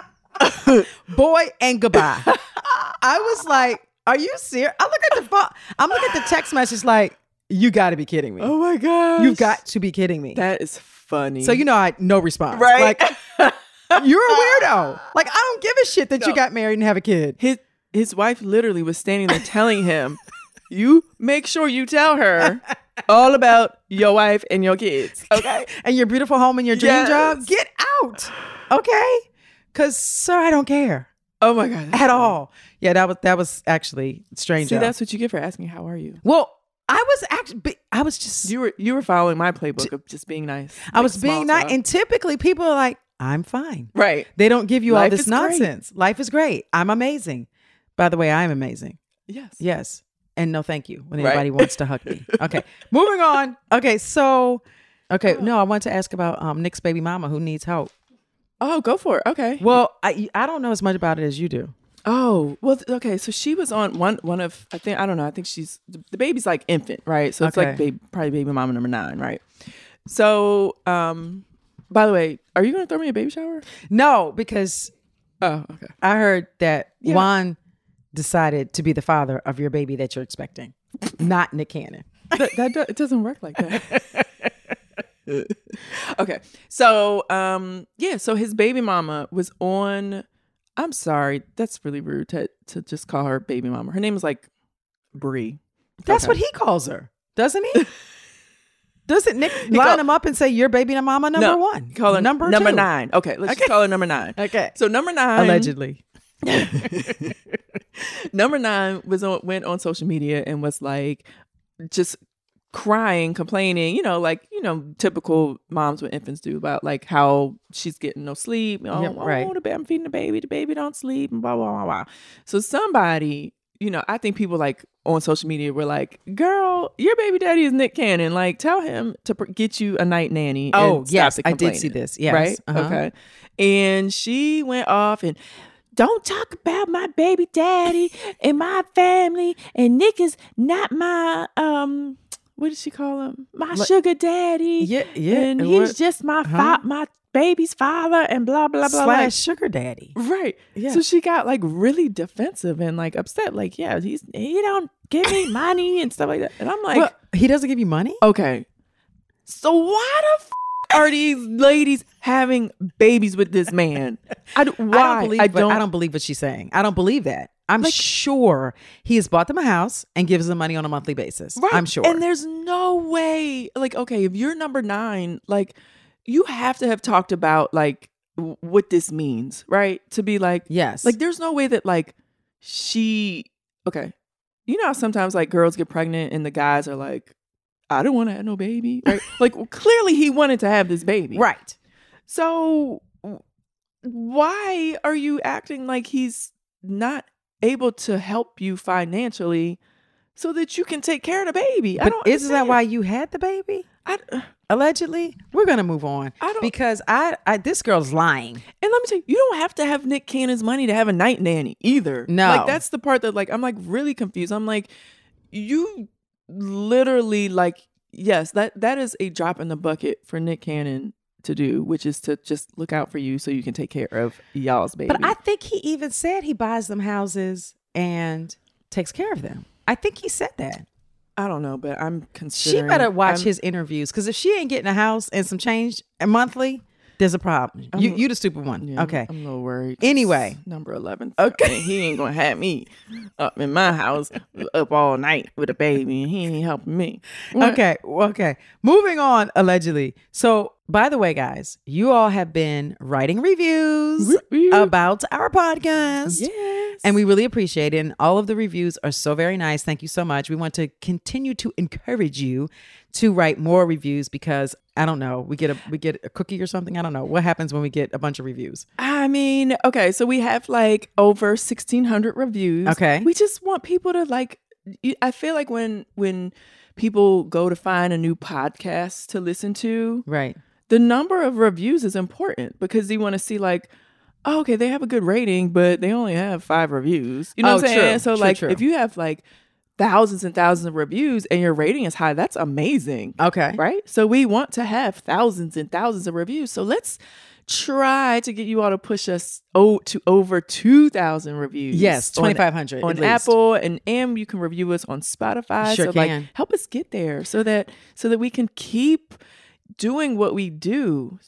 G: boy and
C: [LAUGHS]
G: goodbye. I was like, are you serious? I look at the phone. I'm looking at the text message like, you got to be kidding me.
C: Oh my gosh.
G: You've got to be kidding me.
C: that is funny.
G: so you know, I no response.
C: Right. [LAUGHS]
G: Like you're a weirdo. Like I don't give a shit that you got married and have a kid.
C: his his wife literally was standing there telling him, You make sure you tell her all about your wife and your kids. Okay.
G: and your beautiful home and your dream
C: Yes.
G: job. Get out. Okay. Cause sir, I don't care
C: Oh my god.
G: at all. Yeah, that was that was actually strange.
C: See,
G: though.
C: that's what you get for asking how are you?
G: well, I was actually I was just
C: You were you were following my playbook of just being nice.
G: I
C: Like
G: was
C: small
G: being nice.
C: talk.
G: And typically people are like, I'm fine.
C: Right.
G: They don't give you all
C: Life
G: this
C: is great.
G: nonsense. Life is great. I'm amazing. By the way, I'm amazing.
C: Yes.
G: Yes. And no thank you when
C: Right.
G: anybody wants to hug me. Okay. Moving on. Okay. So, okay. No, I want to ask about um, Nick's baby mama who needs help.
C: [LAUGHS] Oh, go for it. Okay.
G: Well, I, I don't know as much about it as you do.
C: Oh, well, th- okay. So she was on one one of I think I don't know. I think she's the, the baby's like infant, right? So it's like
G: Okay.
C: baby, probably baby mama number nine, right? So, um, by the way, are you gonna throw me a baby shower?
G: No, because
C: Oh, okay.
G: I heard that
C: Yeah.
G: Juan decided to be the father of your baby that you're expecting, not Nick Cannon.
C: that, that do- it doesn't work like that.
G: [LAUGHS]
C: okay. So, um, yeah, so his baby mama was on I'm sorry, that's really rude to to just call her baby mama. Her name is like Bree.
G: That's
C: Okay.
G: what he calls her, doesn't he? [LAUGHS] doesn't Nick line
C: call-
G: him up and say your baby and mama number
C: No,
G: one,
C: Call her
G: number
C: number
G: two.
C: 9. Okay, let's just call her number 9.
G: Okay.
C: So number 9
G: allegedly.
C: number nine was on went on social media and was like just crying complaining you know like you know typical moms with infants do about like how she's getting no sleep oh,
G: Yep, right.
C: oh, the ba- i'm feeding the baby the baby don't sleep and blah blah blah blah so somebody you know i think people like on social media were like girl your baby daddy is nick cannon like tell him to pr- get you a night nanny and
G: Oh,
C: stop
G: yes,
C: the
G: I did see
C: complaining."
G: this. Yes,
C: right
G: uh-huh.
C: okay and she went off and don't talk about my baby daddy and my family and Nick is not my um what did she call him? My
G: Like-
C: sugar daddy.
G: Yeah, yeah,
C: And
G: and
C: he's
G: what-
C: just my
G: Huh?
C: fa- my baby's father and blah blah blah.
G: Slash
C: like-
G: sugar daddy.
C: Right.
G: Yeah.
C: So she got like really defensive and like upset. Like, yeah, he's he don't give me money and stuff like that. And I'm like, Oh,
G: well, he doesn't give you money.
C: okay. So why the f- are these ladies having babies with this man? I d-
G: [LAUGHS]
C: why
G: I don't believe. what- I don't believe what she's saying. I don't believe that. I'm sure he has bought them a house and gives them money on a monthly basis. I'm sure.
C: And there's no way, like, okay, if you're number nine, like, you have to have talked about like w- what this means, right? To be like,
G: yes,
C: like, there's no way that like she okay. You know how sometimes like girls get pregnant and the guys are like, I don't want to have no baby.
G: [LAUGHS]
C: Right? like well, clearly he wanted to have this baby.
B: Right.
C: So w- why are you acting like he's not able to help you financially so that you can take care of the baby? I
B: But
C: don't
B: isn't that
C: understand.
B: why you had the baby?
C: I,
B: Allegedly, we're gonna move on
C: I don't
B: because I, I this girl's lying.
C: [SIGHS] And let me tell you, you don't have to have Nick Cannon's money to have a night nanny either.
B: No.
C: Like that's the part that like I'm like really confused. I'm like, you literally like yes, that that is a drop in the bucket for Nick Cannon to do, which is to just look out for you so you can take care of y'all's baby.
B: But I think he even said he buys them houses and takes care of them. I think he said that.
C: I don't know, but I'm
B: She
C: considering
B: better watch
C: I'm-
B: his interviews because if she ain't getting a house and some change monthly, there's a problem. you
C: I'm-
B: you the stupid one.
C: Yeah, I'm-
B: okay.
C: I'm a little worried.
B: Anyway.
C: It's number eleven. Okay, [LAUGHS] he ain't gonna have me up in my house up all night with a baby, and he ain't helping me.
B: Okay. Okay. Moving on. Allegedly. So, by the way, guys, you all have been writing reviews about our podcast.
C: Yes.
B: And we really appreciate it. And all of the reviews are so very nice. Thank you so much. We want to continue to encourage you to write more reviews because I don't know, we get a we get a cookie or something. I don't know what happens when we get a bunch of reviews.
C: I mean, okay, so we have like over 1600 reviews.
B: Okay.
C: We just want people to like you- I feel like when when people go to find a new podcast to listen to,
B: Right.
C: the number of reviews is important because you want to see like oh, okay, they have a good rating, but they only have 5 reviews. You know
B: Oh,
C: what I'm saying?
B: true,
C: so
B: true,
C: like
B: true.
C: if you have like thousands and thousands of reviews and your rating is high, that's amazing
B: Okay.
C: right? So we want to have thousands and thousands of reviews. So let's try to get you all to push us oh to over 2000 reviews.
B: Yes,
C: on-
B: 2,500 at
C: on,
B: least.
C: Apple and and you can review us on Spotify.
B: Sure
C: so like
B: can.
C: help us get there so that so that we can keep doing what we do.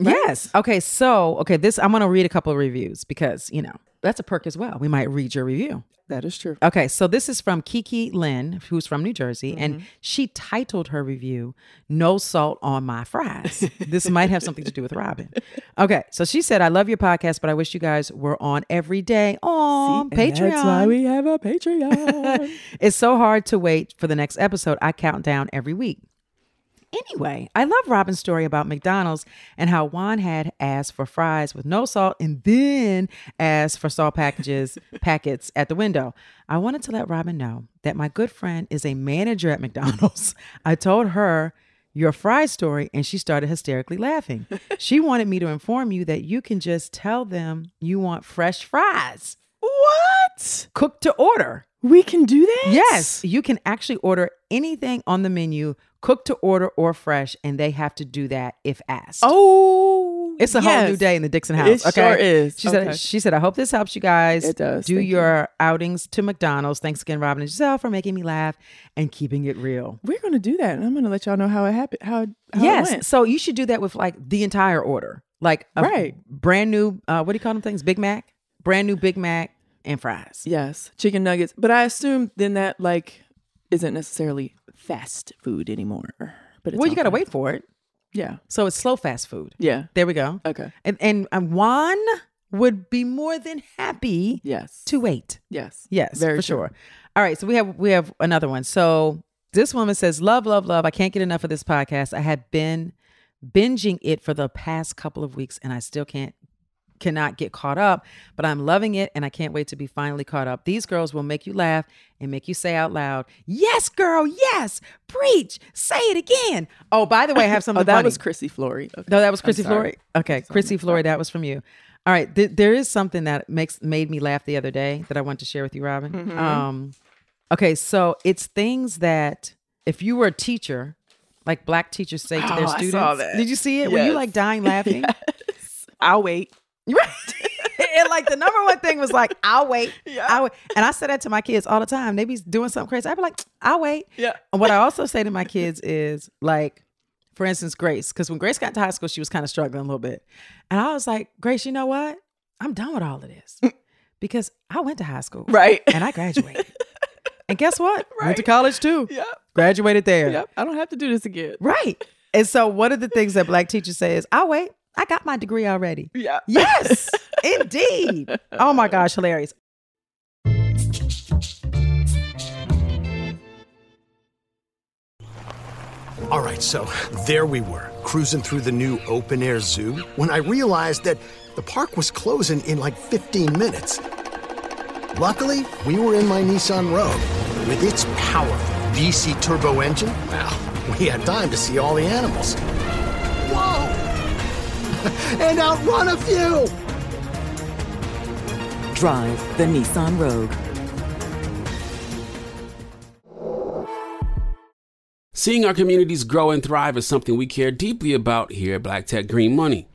C: right?
B: Yes. Okay. So, okay, this I'm going to read a couple of reviews because, you know, that's a perk as well. We might read your review.
C: That is true.
B: Okay, so this is from Kiki Lynn, who's from New Jersey, and she titled her review No Salt on My [LAUGHS] Fries. this might have something to do with
C: [LAUGHS]
B: Robin. Okay, so she said, I love your podcast, but I wish you guys were on every day. Oh,
C: And
B: Patreon.
C: That's why we have a Patreon.
B: It's so hard to wait for the next episode. I count down every week. Anyway, I love Robin's story about McDonald's and how Juan had asked for fries with no salt and then asked for salt packages packets at the window. I wanted to let Robin know that my good friend is a manager at McDonald's. [LAUGHS] I told her your fry story and she started hysterically laughing. She wanted me to inform you that you can just tell them you want fresh fries,
C: [LAUGHS] what?
B: cooked to order.
C: We can do that?
B: Yes, you can actually order anything on the menu, cooked to order or fresh, and they have to do that if asked.
C: Oh.
B: it's a whole new
C: yes.
B: day in the Dixon house.
C: It sure is.
B: She
C: Okay.
B: said. She said. I hope this helps you guys.
C: It does.
B: Do
C: Thank you.
B: your outings to McDonald's. Thanks again, Robin and Giselle, for making me laugh and keeping it real.
C: We're going to do that and I'm going to let y'all know how it happened. How, Oh, it- how it went.
B: yes. Um, So you should do that with like the entire order, like a
C: Right.
B: brand new. Uh, what do you call them things? Big Mac, brand new Big Mac and fries.
C: Yes, chicken nuggets. But I assume then that like isn't necessarily fast food anymore. But it's
B: well, you
C: all
B: got to
C: fast.
B: wait for it.
C: Yeah,
B: So it's slow fast food.
C: yeah.
B: There we go.
C: Okay.
B: And and and Juan would be more than happy
C: Yes.
B: to
C: [LAUGHS]
B: wait.
C: Yes.
B: Yes,
C: Very
B: for
C: true.
B: sure. All right, so we have we have another one. So this woman says, "Love, love, love. I can't get enough of this podcast. I have been binging it for the past couple of weeks, and I still can't." cannot get caught up but i'm loving it and i can't wait to be finally caught up these girls will make you laugh and make you say out loud yes girl yes preach say it again oh by the way i have something
C: Oh, that
B: funny.
C: was Chrissy Flory. Okay.
B: No, that was
C: I'm
B: Chrissy
C: sorry.
B: Flory. Okay,
C: sorry,
B: Chrissy
C: I'm
B: Flory, that was from you. All right, th- there is something that makes made me laugh the other day that I want to share with you, Robin.
C: Mm-hmm.
B: Um, okay, so it's things that if you were a teacher, like black teachers
C: [COUGHS]
B: say to
C: Oh,
B: their
C: I saw
B: students,
C: that.
B: did you see it? Were you
C: Yes.
B: like dying laughing?
C: I'll wait.
B: Right. and like the number one thing was like, I'll wait.
C: [LAUGHS] Yeah.
B: I'll wait. And I say that to my kids all the time. They be doing something crazy. I'd be like, I'll wait.
C: Yeah.
B: And what I also say to my kids is like, for instance, Grace, because when Grace got to high school, she was kind of struggling a little bit. And I was like, Grace, you know what? I'm done with all of this because I went to high school.
C: Right.
B: Oh, And I
C: [LAUGHS]
B: graduated. and guess what? Went to college too.
C: Yep.
B: Graduated there.
C: Yep. I don't have to do this again.
B: Right. And so one of the things that black teachers say is, I'll wait. I got my degree already.
C: Yeah. [LAUGHS]
B: Yes, indeed. Oh my gosh, hilarious.
H: All right, so there we were, cruising through the new open air zoo, when I realized that the park was closing in like 15 minutes. Luckily, we were in my Nissan Rogue. With its powerful VC turbo engine, well, we had time to see all the animals. Whoa! [LAUGHS] and outrun a few!
G: Drive the Nissan Rogue.
I: Seeing our communities grow and thrive is something we care deeply about here at Black Tech Green Money.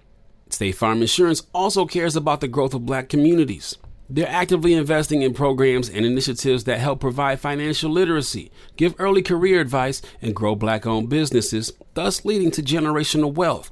I: State Farm Insurance also cares about the growth of black communities. They're actively investing in programs and initiatives that help provide financial literacy, give early career advice, and grow black owned businesses, thus leading to generational wealth,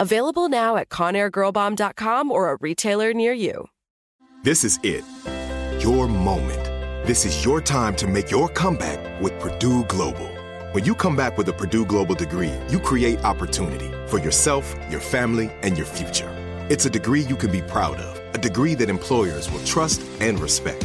A: Available now at conairgirlbomb.com or a retailer near you.
D: This is it. Your moment. This is your time to make your comeback with Purdue Global. When you come back with a Purdue Global degree, you create opportunity for yourself, your family, and your future. It's a degree you can be proud of, a degree that employers will trust and respect.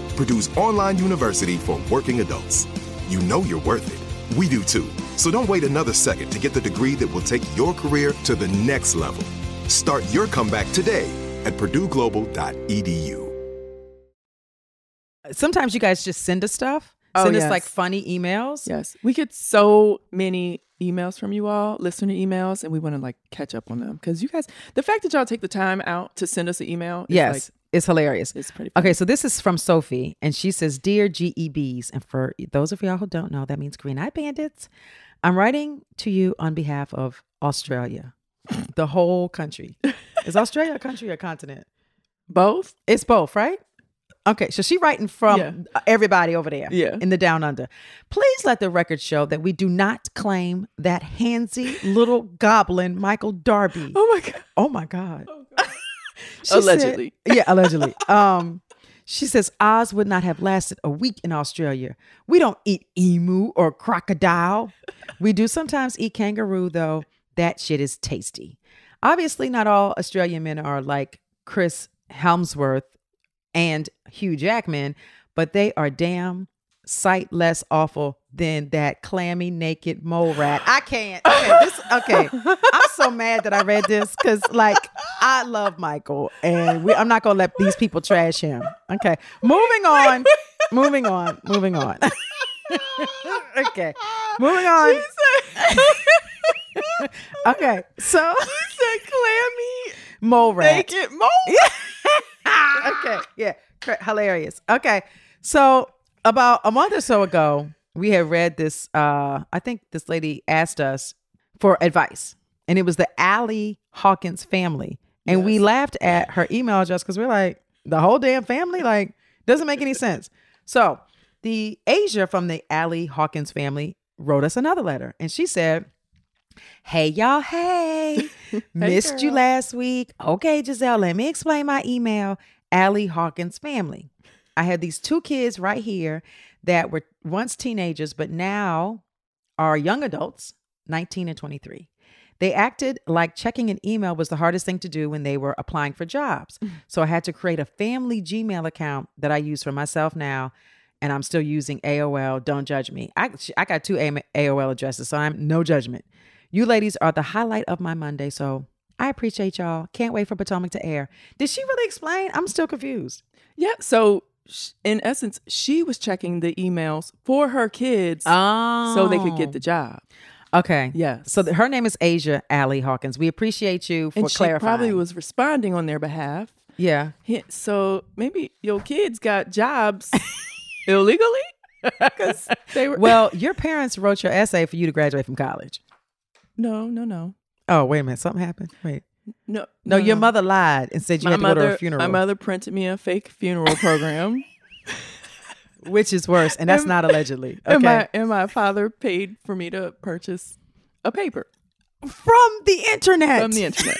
D: Purdue's online university for working adults. You know you're worth it. We do too. So don't wait another second to get the degree that will take your career to the next level. Start your comeback today at purdueglobal.edu.
B: Sometimes you guys just send us stuff.
C: Oh,
B: Send us
C: yes.
B: like funny emails.
C: Yes. We get so many emails from you all, listener emails, and we want to like catch up on them because you guys, the fact that y'all take the time out to send us an email. Is
B: Yes. it's hilarious.
C: Like, it's pretty.
B: Okay, so this is from Sophie, and she says, Dear GEBs, and for those of y'all who don't know, that means Green Eye Bandits. I'm writing to you on behalf of Australia, [LAUGHS] the whole country. Is Australia a country or a continent?
C: Both?
B: It's both, right? Okay, so she writing from
C: Yeah.
B: everybody over there
C: Yeah.
B: in the down under. Please let the record show that we do not claim that handsy little goblin Michael Darby.
C: [LAUGHS] Oh my God.
B: Oh my God. She said-
C: Allegedly.
B: yeah, allegedly. Um, She says Oz would not have lasted a week in Australia. We don't eat emu or crocodile. we do sometimes eat kangaroo, though. That shit is tasty. Obviously, not all Australian men are like Chris Helmsworth and Hugh Jackman, but they are damn sight less awful than that clammy naked mole rat. I can't. Okay, this, okay. I'm so mad that I read this because like I love Michael and we, I'm not gonna let these people trash him. Okay, moving on, moving on, moving on. [LAUGHS] okay, moving on. [LAUGHS] okay, so
C: clammy
B: mole rat.
C: naked mole.
B: [LAUGHS] okay, yeah, cra- hilarious. Okay, so about a month or so ago, we had read this. Uh, I think this lady asked us for advice, and it was the Allie Hawkins family, and we laughed at her email just because we're like, the whole damn family, like, doesn't make any sense. So the Asia from the Allie Hawkins family wrote us another letter, and she said. Hey y'all, hey. Missed you last week. Okay, Giselle, let me explain my email. Allie Hawkins family. I had these two kids right here that were once teenagers, but now are young adults, 19 and 23. They acted like checking an email was the hardest thing to do when they were applying for jobs. So I had to create a family Gmail account that I use for myself now, and I'm still using AOL. Don't judge me. I, I got two AM AOL addresses, so I'm no judgment. You ladies are the highlight of my Monday, so I appreciate y'all. Can't wait for Potomac to air. Did she really explain? I'm still confused.
C: Yeah. So sh- in essence, she was checking the emails for her kids
B: Oh.
C: so they could get the job. Oh.
B: Okay.
C: Yes.
B: So th- her name is Asia Allie Hawkins. We appreciate you for
C: And she
B: clarifying.
C: probably was responding on their behalf.
B: Yeah.
C: He- So maybe your kids got jobs
B: [LAUGHS]
C: illegally because they were.
B: Well, your parents wrote your essay for you to graduate from college.
C: no, no, no,
B: Oh, wait a minute. Something happened. Wait.
C: no,
B: No, your mother lied and said you
C: My
B: had to
C: mother,
B: go to a funeral,
C: my mother printed me a fake funeral program,
B: which is worse, and that's
C: And-
B: not [LAUGHS] allegedly. [LAUGHS] Okay.
C: and my and my father paid for me to purchase a paper
B: from the internet.
C: from
B: [LAUGHS]
C: the internet.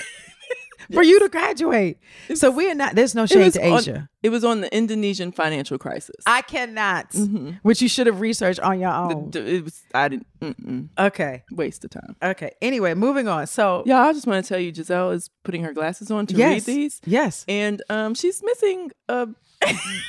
B: For you to graduate. So we are not. There's no
C: It
B: shade
C: was
B: to
C: on-
B: Asia.
C: it was on the Indonesian financial crisis.
B: I cannot.
C: Mm-hmm.
B: Which you should have researched on your own.
C: The- the- it was I didn't mm-mm,
B: okay.
C: waste of time.
B: Okay. Anyway, moving on. So
C: Yeah, I just want to tell you, Giselle is putting her glasses on to
B: yes.
C: read these,
B: Yes.
C: and um, she's missing uh, [LAUGHS]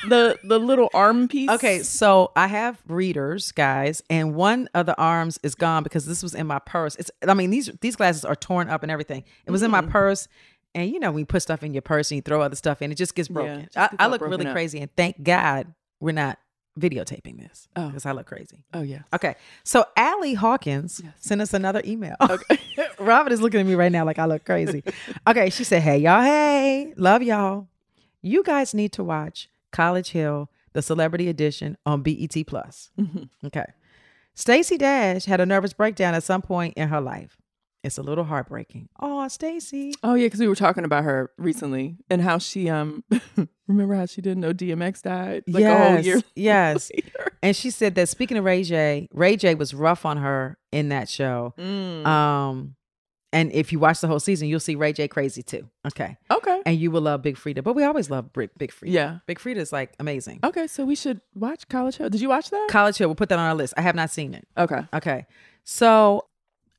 C: the the little arm piece.
B: Okay, so I have readers, guys, and one of the arms is gone because this was in my purse. It's I mean these these glasses are torn up and everything. It was in
C: Mm-hmm.
B: my purse, and you know when you put stuff in your purse and you throw other stuff in, it just gets broken.
C: just gets
B: I, I
C: all
B: look
C: broken
B: really
C: up.
B: crazy, and thank God we're not videotaping this
C: Oh.
B: because I look crazy.
C: Oh yeah.
B: Okay, so Allie Hawkins sent us another email.
C: Oh,
B: Okay. Robin is looking at me right now like I look crazy. okay, she said, "Hey y'all, hey, love y'all. You guys need to watch College Hill: The Celebrity Edition on BET Plus." Okay, Stacey Dash had a nervous breakdown at some point in her life. It's a little heartbreaking. Oh, Stacey.
C: [LAUGHS] Oh yeah, because we were talking about her recently and how she um [LAUGHS] remember how she didn't know DMX died like a whole year. [LAUGHS]
B: Yes.
C: later.
B: And she said that speaking of Ray J, Ray J was rough on her in that show.
C: Mm-hmm.
B: Um, and if you watch the whole season, you'll see Ray J crazy too. Okay.
C: [LAUGHS] Okay.
B: And you will love Big Frida, but we always love Big, Big Frida.
C: Yeah.
B: Big Frida is like amazing.
C: Okay, so we should watch College Hill. Did you watch that?
B: College Hill, we'll put that on our list. I have not seen it.
C: okay.
B: Okay. So,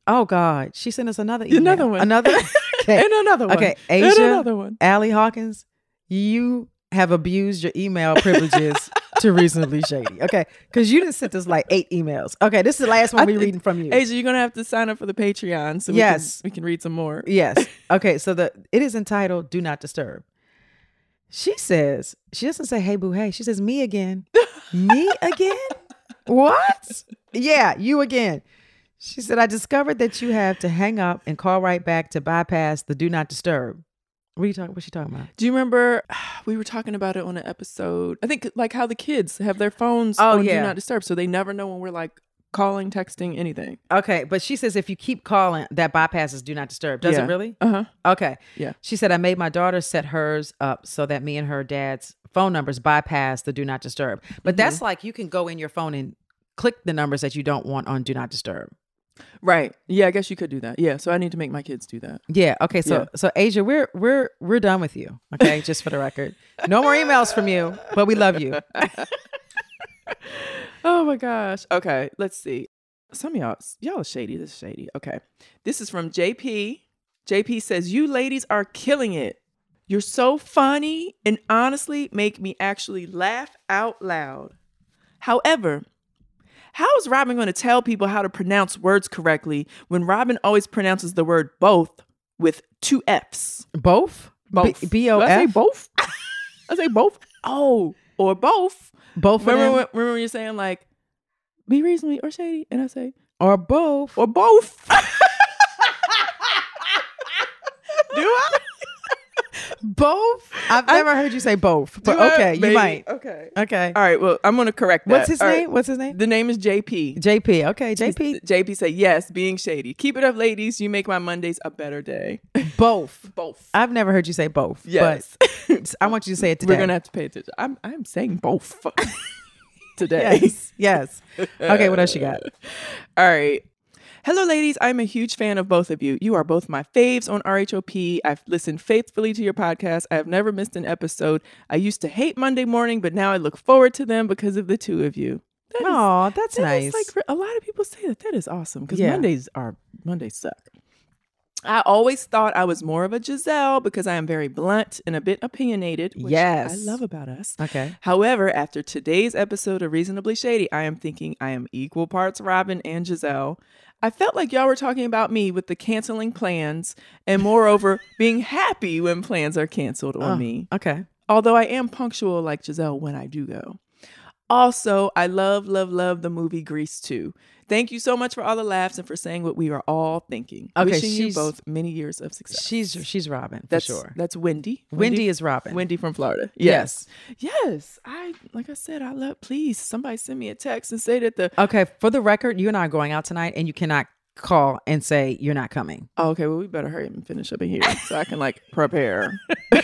B: oh God, she sent us another email.
C: Another one. [LAUGHS]
B: Another. [LAUGHS]
C: And another one.
B: Okay.
C: And
B: Asia.
C: another one.
B: Allie Hawkins, you have abused your email
C: [LAUGHS]
B: privileges to reasonably shady. Okay. Because you didn't sent us like eight emails. Okay. This is the last one
C: I
B: we're
C: think-
B: reading from you.
C: Asia, you're gonna have to sign up for the Patreon so we
B: Yes.
C: can, we can read some more.
B: Yes. Okay. So the it is entitled "Do Not Disturb." She says she doesn't say "Hey boo hey." She says "Me [LAUGHS] again, me again." What? Yeah, you again. She said, "I discovered that you have to hang up and call right back to bypass the do not disturb." What are you talking? What's she talking about?
C: Do you remember [SIGHS] we were talking about it on an episode? I think like how the kids have their phones
B: Oh,
C: on
B: yeah.
C: do not disturb, so they never know when we're like calling, texting, anything.
B: Okay, but she says if you keep calling, that bypasses do not disturb. Does
C: Yeah.
B: it really?
C: Uh huh.
B: Okay.
C: Yeah.
B: She said, I made my daughter set hers up so that me and her dad's phone numbers bypass the do not
C: Mm-hmm.
B: disturb. But that's like you can go in your phone and click the numbers that you don't want on do not disturb.
C: Right. Yeah, I guess you could do that. Yeah. So I need to make my kids do that.
B: Yeah. Okay. So
C: Yeah.
B: so Asia, we're we're we're done with you. Okay, just for the record, no more emails from you, but we love
C: [LAUGHS]
B: you.
C: Oh my gosh. Okay, let's see. Some of y'all y'all are shady. This is shady. Okay. This is from JP. JP says, You ladies are killing it. You're so funny and honestly make me actually laugh out loud. However, how is Robin going to tell people how to pronounce words correctly when Robin always pronounces the word both with two F's?
B: Both. B-
C: Both. Did I say
B: B-O-F?
C: both? [LAUGHS] I say both. Oh, or both.
B: Both. of
C: Oh, Remember
B: them?
C: when, remember when you're saying like, be reasonably or shady, and I say
B: or both.
C: or both. [LAUGHS] Do I?
B: both. I've
C: I-
B: never heard you say both, but
C: Do I?
B: okay,
C: Maybe.
B: you might.
C: Okay.
B: Okay.
C: All right. Well, I'm gonna correct that.
B: What's his
C: All right.
B: name? What's his name?
C: The name is JP.
B: JP. Okay, JP.
C: JP said yes, being shady. Keep it up, ladies. You make my Mondays a
B: [LAUGHS]
C: better day.
B: Both.
C: Both.
B: I've never heard you say both.
C: Yes. [LAUGHS]
B: But I want you to say it today.
C: We're gonna have to pay attention. I'm I'm
B: [LAUGHS]
C: saying both today.
B: Yes. [LAUGHS] Yes. Okay. What else you got?
C: All right. Hello, ladies. I'm a huge fan of both of you. You are both my faves on RHOP. I've listened faithfully to your podcast. I have never missed an episode. I used to hate Monday morning, but now I look forward to them because of the two of you. That is-
B: Oh, that's
C: that
B: nice.
C: is, like a lot of people say that. That is awesome because
B: Yeah.
C: Mondays are Mondays suck. I always thought I was more of a Giselle because I am very blunt and a bit opinionated. Which I
B: Yes.
C: love about us.
B: okay.
C: However, after today's episode of Reasonably Shady, I am thinking I am equal parts Robin and Giselle. I felt like y'all were talking about me with the canceling plans and moreover being happy when plans are canceled on
B: Oh,
C: me.
B: Okay.
C: Although I am punctual like Giselle when I do go. Also, I love, love, love the movie Grease too. Thank you so much for all the laughs and for saying what we are all thinking.
B: Okay,
C: Wishing you
B: she's-
C: both many years of success.
B: She's she's Robin for
C: that's
B: sure.
C: That's Wendy.
B: Wendy, is Robin.
C: Wendy from Florida.
B: Yes.
C: yes. Yes. I like I said, I love please somebody send me a text and say that the
B: Okay, for the record, you and I are going out tonight, and you cannot call and say you're not coming.
C: oh, okay, well we better hurry up and finish up in here so I can like prepare. [LAUGHS]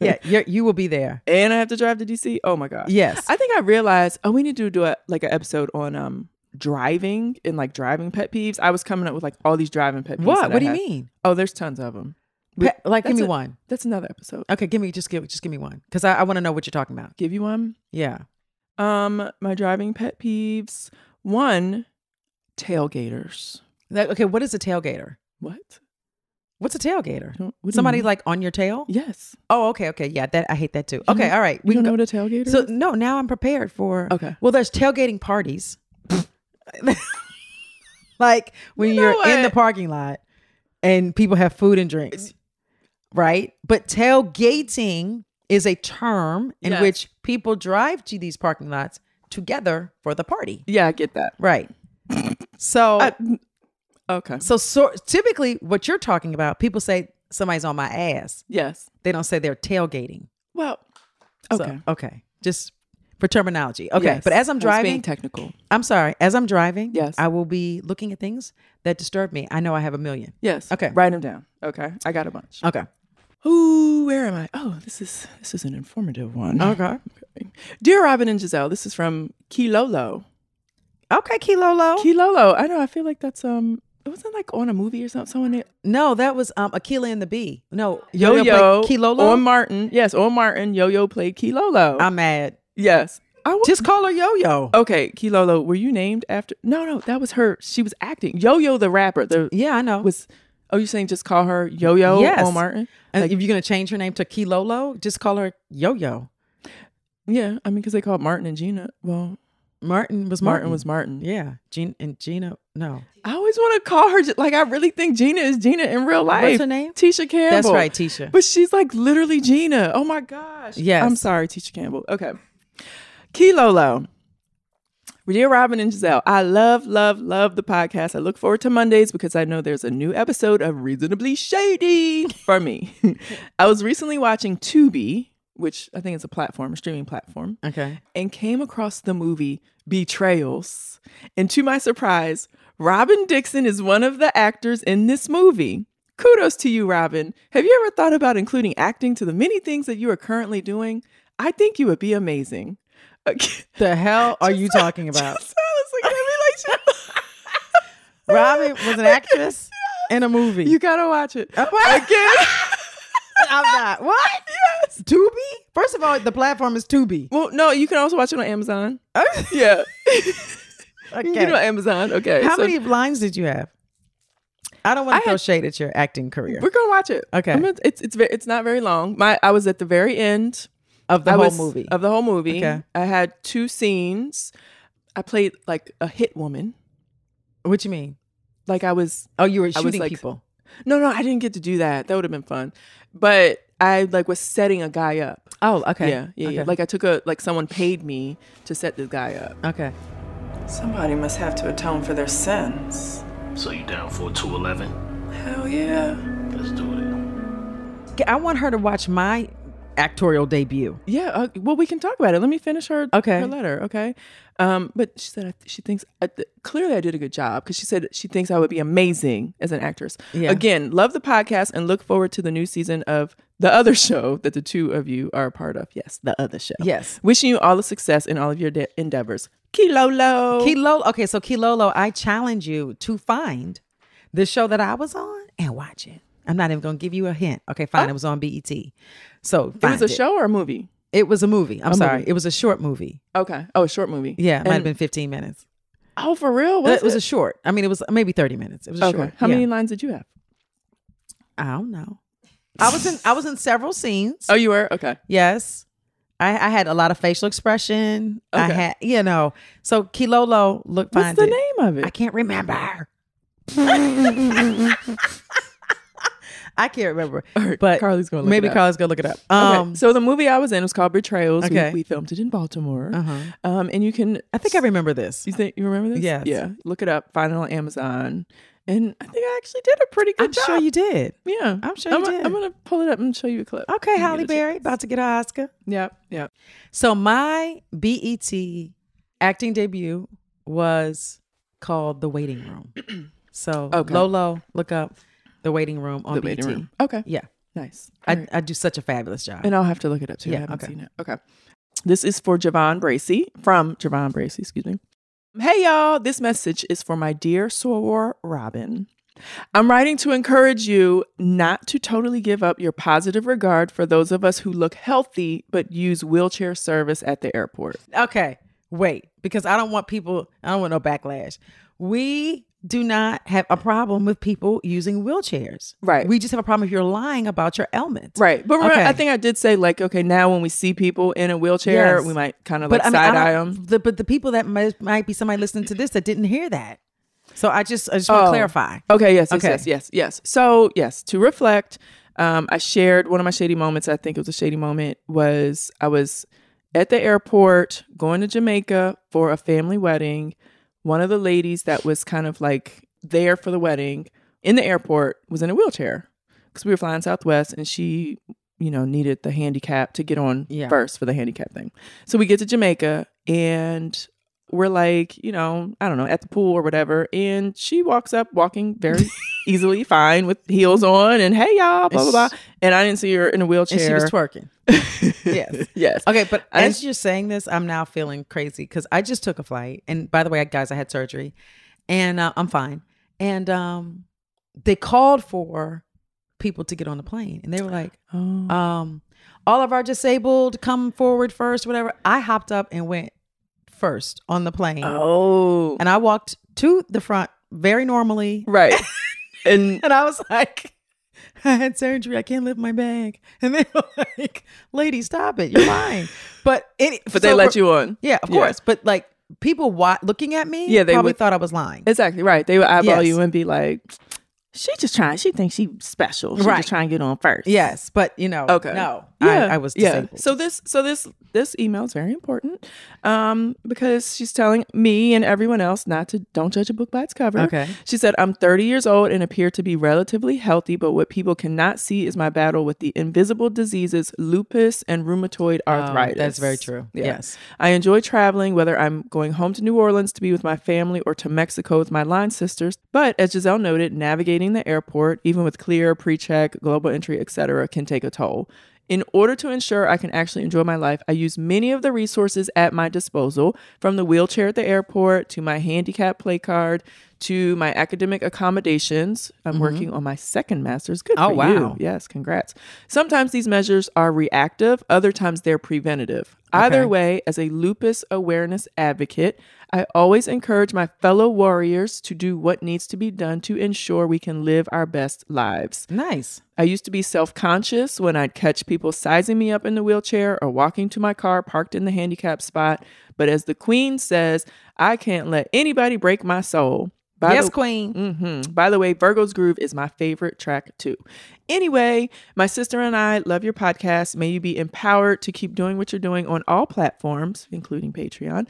B: Yeah, you're, you will be there.
C: and I have to drive to DC. Oh my gosh.
B: Yes.
C: I think I realized, oh, we need to do a like an episode on um driving and like driving pet peeves. I was coming up with like all these driving pet peeves. that
B: what?
C: I
B: What do you
C: have.
B: mean?
C: Oh, there's tons of them.
B: Pe- like, give
C: that's
B: me
C: a-
B: one.
C: That's another episode.
B: Okay, give me just give just give me one because I, I want to know what you're talking about.
C: give you one.
B: Yeah.
C: Um, my driving pet peeves. One, tailgaters.
B: That- okay. What is a tailgater?
C: What?
B: What's a tailgater?
C: don't- what do you
B: Somebody
C: mean?
B: like on your tail?
C: Yes.
B: Oh, okay, okay, yeah. That I hate that too.
C: Mm-hmm. You
B: Okay,
C: don't-
B: all right.
C: We don't
B: can
C: know
B: go-
C: what a tailgater
B: So
C: is?
B: no, now I'm prepared for.
C: Okay.
B: Well, there's tailgating parties. like when
C: You
B: you are
C: know
B: in the
C: what?
B: parking lot and people have food and drinks, right? But tailgating is a term in
C: Yes.
B: which people drive to these parking lots together for the party,
C: Yeah, I get that. [LAUGHS]
B: right? so,
C: I- mm, okay.
B: so, so typically, what you're talking about, people say somebody's on my ass.
C: Yes.
B: They don't say they're tailgating.
C: Well,
B: So,
C: okay.
B: okay. Just for terminology. Okay.
C: Yes.
B: But as I'm
C: I was being
B: driving,
C: technical.
B: I'm sorry. As I'm driving,
C: Yes.
B: I will be looking at things that disturb me. I know I have a million.
C: Yes.
B: Okay.
C: Write them down. Okay. I got a bunch.
B: Okay.
C: Ooh, Uh, where am I? Oh, this is this is an informative one.
B: Okay.
C: Dear Robin and Giselle, this is from Kilolo.
B: Okay, Kilolo.
C: Kilolo. I know. I feel like that's um. It wasn't like on a movie or something. Someone named
B: no, that was um Akila and the Bee. No,
C: Yo Yo
B: played Kilolo.
C: on Martin. Yes, on Martin. Yo Yo played Kilolo.
B: I'm mad.
C: yes. I wa-
B: Just call her Yo Yo.
C: okay. Kilolo, were you named after? No, no, that was her. She was acting. Yo Yo the rapper. The
B: Yeah, I know.
C: was. Oh, you saying just call her Yo Yo
B: Yes.
C: on Martin?
B: and
C: like-
B: if you're gonna change her name to Kilolo, just call her Yo Yo.
C: Yeah, I mean because they called Martin and Gina. Well,
B: Martin was
C: Martin,
B: Martin.
C: was Martin.
B: Yeah. Gina and Gina. No.
C: I always want to call her Gi- like I really think Gina is Gina in real life.
B: What's her name?
C: Tisha Campbell.
B: That's right, Tisha.
C: But she's like literally Gina. Oh my gosh.
B: Yes.
C: I'm sorry, Tisha Campbell. Okay. Kilolo. Dear Robin and Giselle, I love, love, love the podcast. I look forward to Mondays because I know there's a new episode of Reasonably Shady for me. [LAUGHS] I was recently watching Tubi, which I think is a platform, a streaming platform
B: Okay.
C: and came across the movie Betrayals. And to my surprise, Robin Dixon is one of the actors in this movie. Kudos to you, Robin. Have you ever thought about including acting to the many things that you are currently doing? I think you would be amazing. Okay. [LAUGHS]
B: The hell are you talking about?
C: Just- I was like, I mean, like, she-
B: Robin was
C: [LAUGHS]
B: an actress in a movie.
C: You gotta watch it.
B: Uh, what? [LAUGHS] I'm not. [LAUGHS] What? Yes. Tubi? First of all, the platform is Tubi.
C: Well, no, you can also watch it on Amazon.
B: [LAUGHS]
C: yeah. [LAUGHS] You
B: Oh. Okay.
C: can do it on Amazon. Okay.
B: How
C: so
B: many lines did you have? I don't
C: I
B: want to throw
C: had-
B: shade at your acting career
C: We're gonna watch it.
B: Okay.
C: I'm gonna- it's it's ve- it's not very long. My I was at the very end
B: of the
C: I
B: whole
C: was-
B: movie.
C: of the whole movie.
B: Okay.
C: I had two scenes. I played like a hit woman.
B: what you mean?
C: Like I was
B: Oh, you were
C: I was
B: shooting
C: like-
B: people.
C: no no I didn't get to do that. That would have been fun. But I like was setting a guy up.
B: Oh, okay.
C: Yeah, yeah, yeah.
B: Okay.
C: Like I took a like someone paid me to set this guy up.
B: okay.
J: Somebody must have to atone for their sins.
K: So you down for 211?
J: Hell yeah.
K: Let's do it.
B: I want her to watch my actorial debut.
C: Yeah. Uh, well, we can talk about it. Let me finish her
B: Okay.
C: her letter. Okay. Um, but she said I, she thinks I, th- clearly I did a good job because she said she thinks I would be amazing as an actress.
B: Yeah.
C: Again, love the podcast and look forward to the new season of the other [LAUGHS] show that the two of you are a part of. Yes, the other show.
B: Yes.
C: Wishing you all the success in all of your de- endeavors. Kilolo.
B: Kilolo. Okay, so Kilolo, I challenge you to find the show that I was on and watch it. I'm not even going to give you a hint. Okay, fine. It was on BET. So
C: Oh. it was
B: find
C: a show or a movie.
B: It was a movie. I'm
C: A
B: sorry.
C: movie.
B: It was a short movie.
C: Okay. Oh, a short movie.
B: Yeah, it might have
C: And-
B: been 15 minutes.
C: Oh, for real?
B: it was a short. I mean, it was maybe 30 minutes. It was a
C: Okay.
B: short.
C: How
B: Yeah.
C: many lines did you have?
B: I don't know. I
C: [LAUGHS]
B: was in. I was in several scenes.
C: Oh, you were okay.
B: Yes. I, I had a lot of facial expression. I
C: Okay.
B: had, you know. So Kilolo, look,
C: What's
B: find
C: the
B: it.
C: name of it?
B: I can't
C: [LAUGHS]
B: remember. I can't remember.
C: right,
B: But
C: Carly's gonna look
B: maybe
C: it up.
B: Carly's gonna look it up.
C: Okay,
B: Um,
C: so the movie I was in was called Betrayals. We-
B: Okay.
C: We, filmed it in Baltimore.
B: Uh-huh.
C: Um, and you can,
B: I think I remember this.
C: you think you remember this?
B: Yes.
C: Yeah. Look it up. Find it on Amazon. And I think I actually did a pretty good
B: I'm
C: job.
B: sure you did.
C: Yeah.
B: I'm sure you
C: I'm,
B: did.
C: I'm gonna pull it up and show you a clip.
B: Okay,
C: when you
B: Holly
C: get a chance.
B: Berry about to get an Oscar.
C: Yep. Yep.
B: So my BET acting debut was called The Waiting Room.
C: [CLEARS THROAT]
B: So
C: Okay.
B: Lolo, look up The Waiting Room on
C: the
B: BET.
C: waiting room. Okay.
B: Yeah,
C: Nice.
B: I,
C: All right.
B: I do such a fabulous job.
C: and I'll have to look it up too.
B: Yeah,
C: I haven't
B: okay.
C: seen it. Okay. This is for Javon Bracey from Javon Bracey. Excuse me. Hey y'all, this message is for my dear soror Robin. I'm writing to encourage you not to totally give up your positive regard for those of us who look healthy but use wheelchair service at the airport.
B: Okay, wait, because I don't want people, I don't want no backlash. We do not have a problem with people using wheelchairs.
C: Right.
B: We just have a problem if you're lying about your ailment.
C: Right. But remember,
B: Okay.
C: I think I did say, like, okay, now when we see people in a wheelchair,
B: Yes.
C: we might kind of
B: But
C: like
B: I mean,
C: side
B: I
C: eye
B: don't-
C: them.
B: The, but the people that might, might be somebody listening to this that didn't hear that. So I just, I just want to
C: Oh.
B: clarify.
C: Okay, yes, yes,
B: Okay.
C: yes, yes, yes. So, yes, to reflect, um, I shared one of my shady moments. I think it was a shady moment. Was I was at the airport going to Jamaica for a family wedding. One of the ladies that was kind of like there for the wedding in the airport was in a wheelchair because we were flying Southwest, and she, you know, needed the handicap to get on
B: Yeah.
C: first for the handicap thing. So we get to Jamaica and we're like, you know, I don't know, at the pool or whatever. And she walks up walking
B: [LAUGHS]
C: very easily, fine, with heels on and hey y'all, blah blah blah. And I didn't see her in a wheelchair.
B: And she was twerking. yes.
C: [LAUGHS] yes.
B: Okay, but
C: I
B: as
C: didn't-
B: you're saying this, I'm now feeling crazy because I just took a flight, and by the way, guys, I had surgery, and uh, I'm fine. And um, they called for people to get on the plane, and they were like,
C: Oh.
B: um, "All of our disabled, come forward first, whatever." I hopped up and went first on the plane,
C: Oh.
B: and I walked to the front very normally, [LAUGHS]
C: Right. and
B: and I was like, I had surgery. I can't lift my bag. And they were like, lady, stop it. You're lying. But it,
C: but they
B: so
C: let
B: for-
C: you on.
B: Yeah, of
C: Yeah.
B: course. But like people wa- looking at me
C: Yeah, they
B: probably
C: would-
B: thought I was lying.
C: Exactly. Right. They would eyeball
B: Yes.
C: you and be like, She just trying she thinks she special. She
B: Right.
C: just trying to get on first.
B: yes. But you know,
C: Okay.
B: no,
C: Yeah.
B: I, I was
C: yeah.
B: disabled.
C: So this so this this email is very important. Um, because she's telling me and everyone else not to don't judge a book by its cover.
B: Okay.
C: She said, I'm 30 years old and appear to be relatively healthy, but what people cannot see is my battle with the invisible diseases lupus and rheumatoid arthritis.
B: Oh, that's very true. Yes.
C: I enjoy traveling, whether I'm going home to New Orleans to be with my family or to Mexico with my line sisters. But as Giselle noted, navigating the airport, even with clear, pre check, global entry, etc., can take a toll. In order to ensure I can actually enjoy my life, I use many of the resources at my disposal, from the wheelchair at the airport to my handicap play card to my academic accommodations. I'm
G: Mhm.
C: working on my second master's. Good
G: Oh,
C: for
G: wow.
C: you. Yes, congrats. Sometimes these measures are reactive, other times they're preventative. Either
G: Okay.
C: way, as a lupus awareness advocate, I always encourage my fellow warriors to do what needs to be done to ensure we can live our best lives.
G: Nice.
C: I used to be self conscious when I'd catch people sizing me up in the wheelchair or walking to my car parked in the handicap spot. But as the queen says, I can't let anybody break my soul. By
G: yes,
C: the-
G: Queen.
C: Mhm. By the way, Virgo's Groove is my favorite track too. Anyway, my sister and I love your podcast. May you be empowered to keep doing what you're doing on all platforms, including Patreon.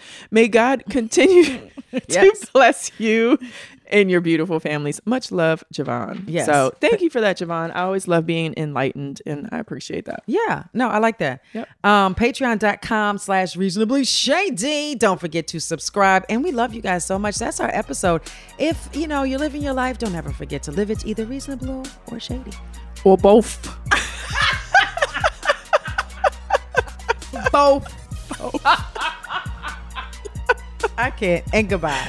G: [LAUGHS]
C: May God continue [LAUGHS] to
G: Yes.
C: bless you and your beautiful families. Much love, Javon.
G: Yes.
C: So thank you for that, Javon. I always love being enlightened and I appreciate that.
G: Yeah, no, I like that.
C: Yep.
G: Um, Patreon.com slash reasonably shady. Don't forget to subscribe. And we love you guys so much. That's our episode. If you know you're living your life, don't ever forget to live it either reasonable or shady.
C: Or both.
G: Both. I can't. And goodbye.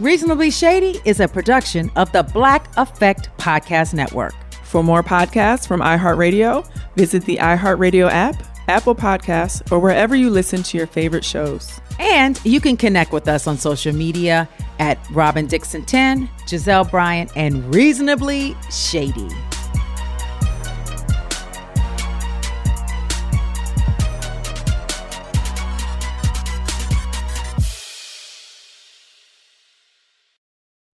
G: Reasonably Shady is a production of the Black Effect Podcast Network.
C: For more podcasts from iHeartRadio, visit the iHeartRadio app, Apple Podcasts, or wherever you listen to your favorite shows.
G: And you can connect with us on social media at Robin Dixon 10, Giselle Bryant, and Reasonably Shady.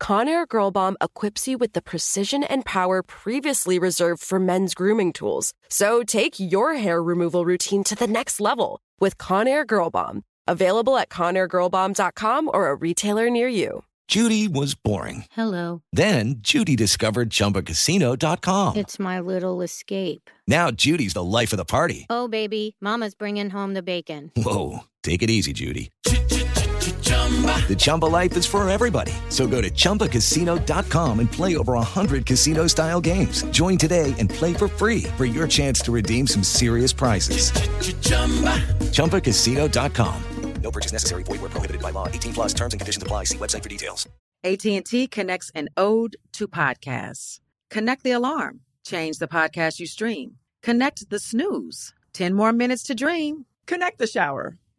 A: Conair Girl Bomb equips you with the precision and power previously reserved for men's grooming tools. So take your hair removal routine to the next level with Conair Girl Bomb. Available at conairgirlbomb.com or a retailer near you.
E: Judy was boring.
F: Hello.
E: Then Judy discovered
B: "Oh."
E: ChumbaCasino.com.
F: It's my little escape.
E: now Judy's the life of the party.
F: Oh, baby, Mama's bringing home the bacon.
E: Whoa, take it easy, Judy. The Chumba life is for everybody. So go to ChumbaCasino.com and play over 100 casino style games. Join today and play for free for your chance to redeem some serious prizes. ChumbaCasino.com. No purchase necessary. Void where prohibited by law. 18 plus terms and conditions apply. See website for details.
G: AT&T connects an ode to podcasts. Connect the alarm. Change the podcast you stream. Connect the snooze. 10 more minutes to dream.
C: Connect the shower.